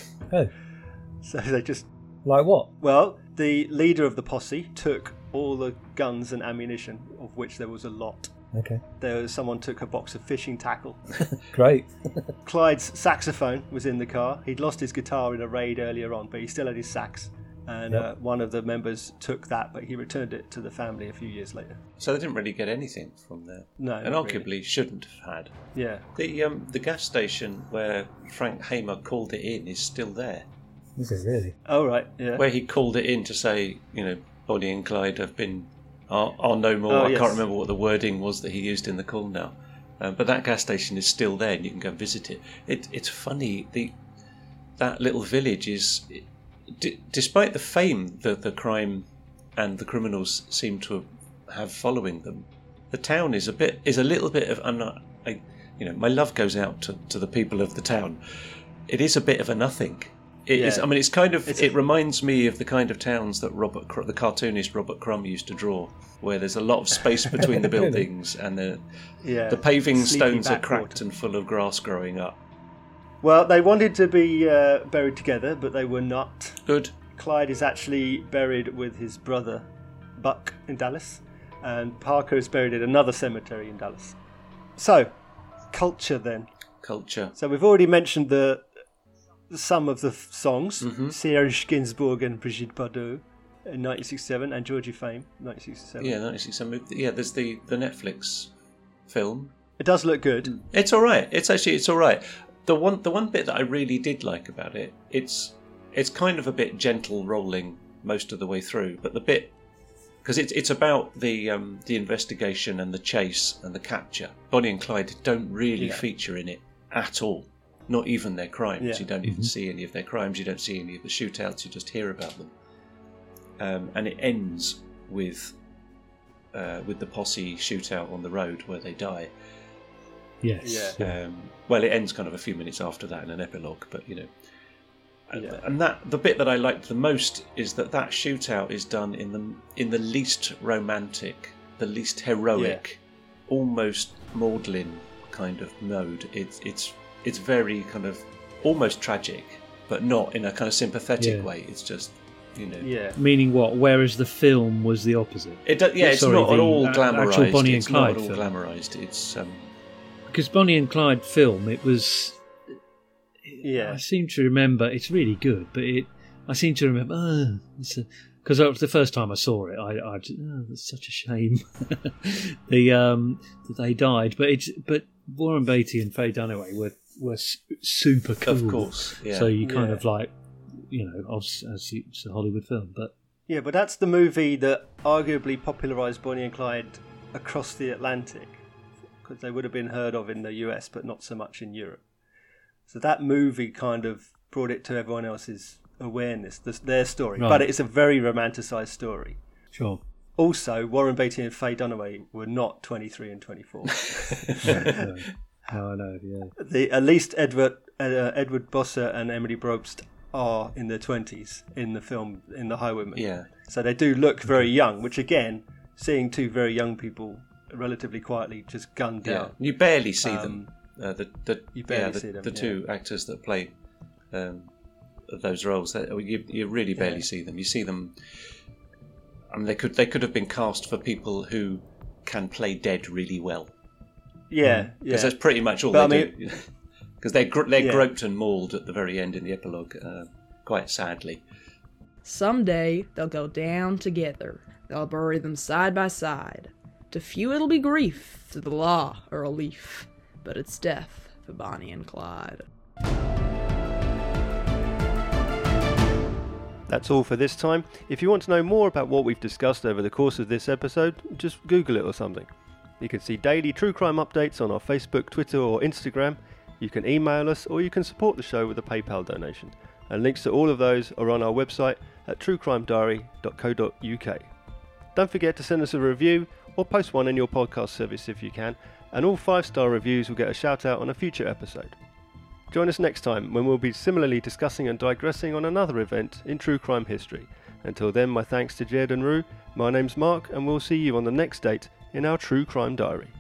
Speaker 2: So they just
Speaker 4: like what?
Speaker 2: well, the leader of the posse took all the guns and ammunition, of which there was a lot.
Speaker 4: Okay,
Speaker 2: There was someone took a box of fishing tackle.
Speaker 4: great.
Speaker 2: Clyde's saxophone was in the car. He'd lost his guitar in a raid earlier on, but he still had his sax. And
Speaker 4: Yep.
Speaker 2: uh, one of the members took that, but he returned it to the family a few years later.
Speaker 3: So they didn't really get anything from there.
Speaker 2: No,
Speaker 3: and
Speaker 2: not
Speaker 3: arguably shouldn't have had.
Speaker 2: Yeah.
Speaker 3: The um, the gas station where Frank Hamer called it in is still there.
Speaker 4: Is it really?
Speaker 2: Oh right. Yeah.
Speaker 3: where he called it in to say, you know, Bonnie and Clyde have been are, are no more.
Speaker 2: Oh,
Speaker 3: I
Speaker 2: yes.
Speaker 3: can't remember what the wording was that he used in the call now, um, but that gas station is still there, and you can go and visit it. it it's funny the that little village is, d- despite the fame that the crime and the criminals seem to have following them, the town is a bit is a little bit of I'm not I, you know my love goes out to, to the people of the town. It is a bit of a nothing. It is-
Speaker 2: Yeah.
Speaker 3: I mean, it's kind of.
Speaker 2: It's-
Speaker 3: it reminds me of the kind of towns that Robert, Cr- the cartoonist Robert Crumb, used to draw, where there's a lot of space between the
Speaker 4: Really?
Speaker 3: buildings and the
Speaker 2: Yeah,
Speaker 3: the paving
Speaker 2: sleepy
Speaker 3: stones are
Speaker 2: backwater.
Speaker 3: cracked and full of grass growing up.
Speaker 2: Well, they wanted to be uh, buried together, but they were not.
Speaker 3: Good.
Speaker 2: Clyde is actually buried with his brother, Buck, in Dallas, and Parker is buried in another cemetery in Dallas. So, culture then.
Speaker 3: Culture.
Speaker 2: So we've already mentioned the some of the f- songs: Serge Gainsbourg and Brigitte Bardot in 1967, and Georgie Fame, 1967.
Speaker 3: Yeah, 1967. Yeah, there's the the Netflix film.
Speaker 2: It does look good.
Speaker 3: It's all right. It's actually it's all right. The one the one bit that I really did like about it, it's it's kind of a bit gentle rolling most of the way through, but the bit because it's it's about the um, the investigation and the chase and the capture. Bonnie and Clyde don't really
Speaker 2: Yeah.
Speaker 3: feature in it at all. Not even their crimes.
Speaker 2: Yeah.
Speaker 3: You don't even see any of their crimes. You don't see any of the shootouts. You just hear about them. Um, and it ends with uh, with the posse shootout on the road where they die.
Speaker 14: Yes.
Speaker 3: Um, well, it ends kind of a few minutes after that in an epilogue, but you know. And- And that the bit that I liked the most is that that shootout is done in the in the least romantic, the least heroic, almost maudlin kind of mode. It's it's it's very kind of almost tragic, but not in a kind of sympathetic
Speaker 14: Yeah.
Speaker 3: way. It's just you know
Speaker 14: Meaning what? Whereas the film was the opposite.
Speaker 3: It do, yeah, it's
Speaker 14: Sorry,
Speaker 3: not at
Speaker 14: the
Speaker 3: all
Speaker 14: a-
Speaker 3: glamorized.
Speaker 14: Actual Bonnie and
Speaker 3: it's
Speaker 14: Clyde
Speaker 3: not at all
Speaker 14: film.
Speaker 3: glamorized. It's um,
Speaker 14: because Bonnie and Clyde film, it was.
Speaker 2: Yeah.
Speaker 14: I seem to remember it's really good, but it. I seem to remember oh, because that was the first time I saw it. I, I just, oh, that's such a shame. the um that they died, but it's but Warren Beatty and Faye Dunaway were were s- super cool.
Speaker 3: Of course, yeah.
Speaker 14: So you kind
Speaker 2: Yeah.
Speaker 14: of like, you know, as, as you- it's a Hollywood film, but
Speaker 2: Yeah, but that's the movie that arguably popularised Bonnie and Clyde across the Atlantic, because they would have been heard of in the US, but not so much in Europe. So that movie kind of brought it to everyone else's awareness, this, their story.
Speaker 14: Right.
Speaker 2: But it's a very romanticised story.
Speaker 14: sure.
Speaker 2: Also, Warren Beatty and Faye Dunaway were not 23 and 24.
Speaker 14: no, no, I know, yeah.
Speaker 2: the, at least Edward uh, Edward Bosser and Emily Brobst are in their twenties in the film in The Highwayman.
Speaker 3: Yeah.
Speaker 2: So they do look very young, which again, seeing two very young people relatively quietly just gunned
Speaker 3: Yeah,
Speaker 2: down.
Speaker 3: you barely see them. Uh, the the
Speaker 2: Um, you barely
Speaker 3: yeah, the,
Speaker 2: see them,
Speaker 3: the
Speaker 2: yeah.
Speaker 3: two actors that play um, those roles. That, you, you really barely see them. You see them. I mean, they could they could have been cast for people who can play dead really well.
Speaker 2: Yeah, yeah.
Speaker 3: Because Mm. that's pretty much all
Speaker 2: But
Speaker 3: they
Speaker 2: I mean-
Speaker 3: do. Because they're gro- they're
Speaker 2: Yeah.
Speaker 3: groped and mauled at the very end in the epilogue, uh, quite sadly.
Speaker 1: Someday they'll go down together. They'll bury them side by side. To few it'll be grief, to the law a relief, but it's death for Bonnie and Clyde.
Speaker 2: That's all for this time. If you want to know more about what we've discussed over the course of this episode, just Google it or something. You can see daily true crime updates on our Facebook, Twitter, or Instagram. You can email us, or you can support the show with a PayPal donation. And links to all of those are on our website at truecrimediary.co.uk. Don't forget to send us a review or post one in your podcast service if you can, and all five star reviews will get a shout out on a future episode. Join us next time when we'll be similarly discussing and digressing on another event in true crime history. Until then, my thanks to Jed and Rue. My name's Mark, and we'll see you on the next date in our True Crime Diary.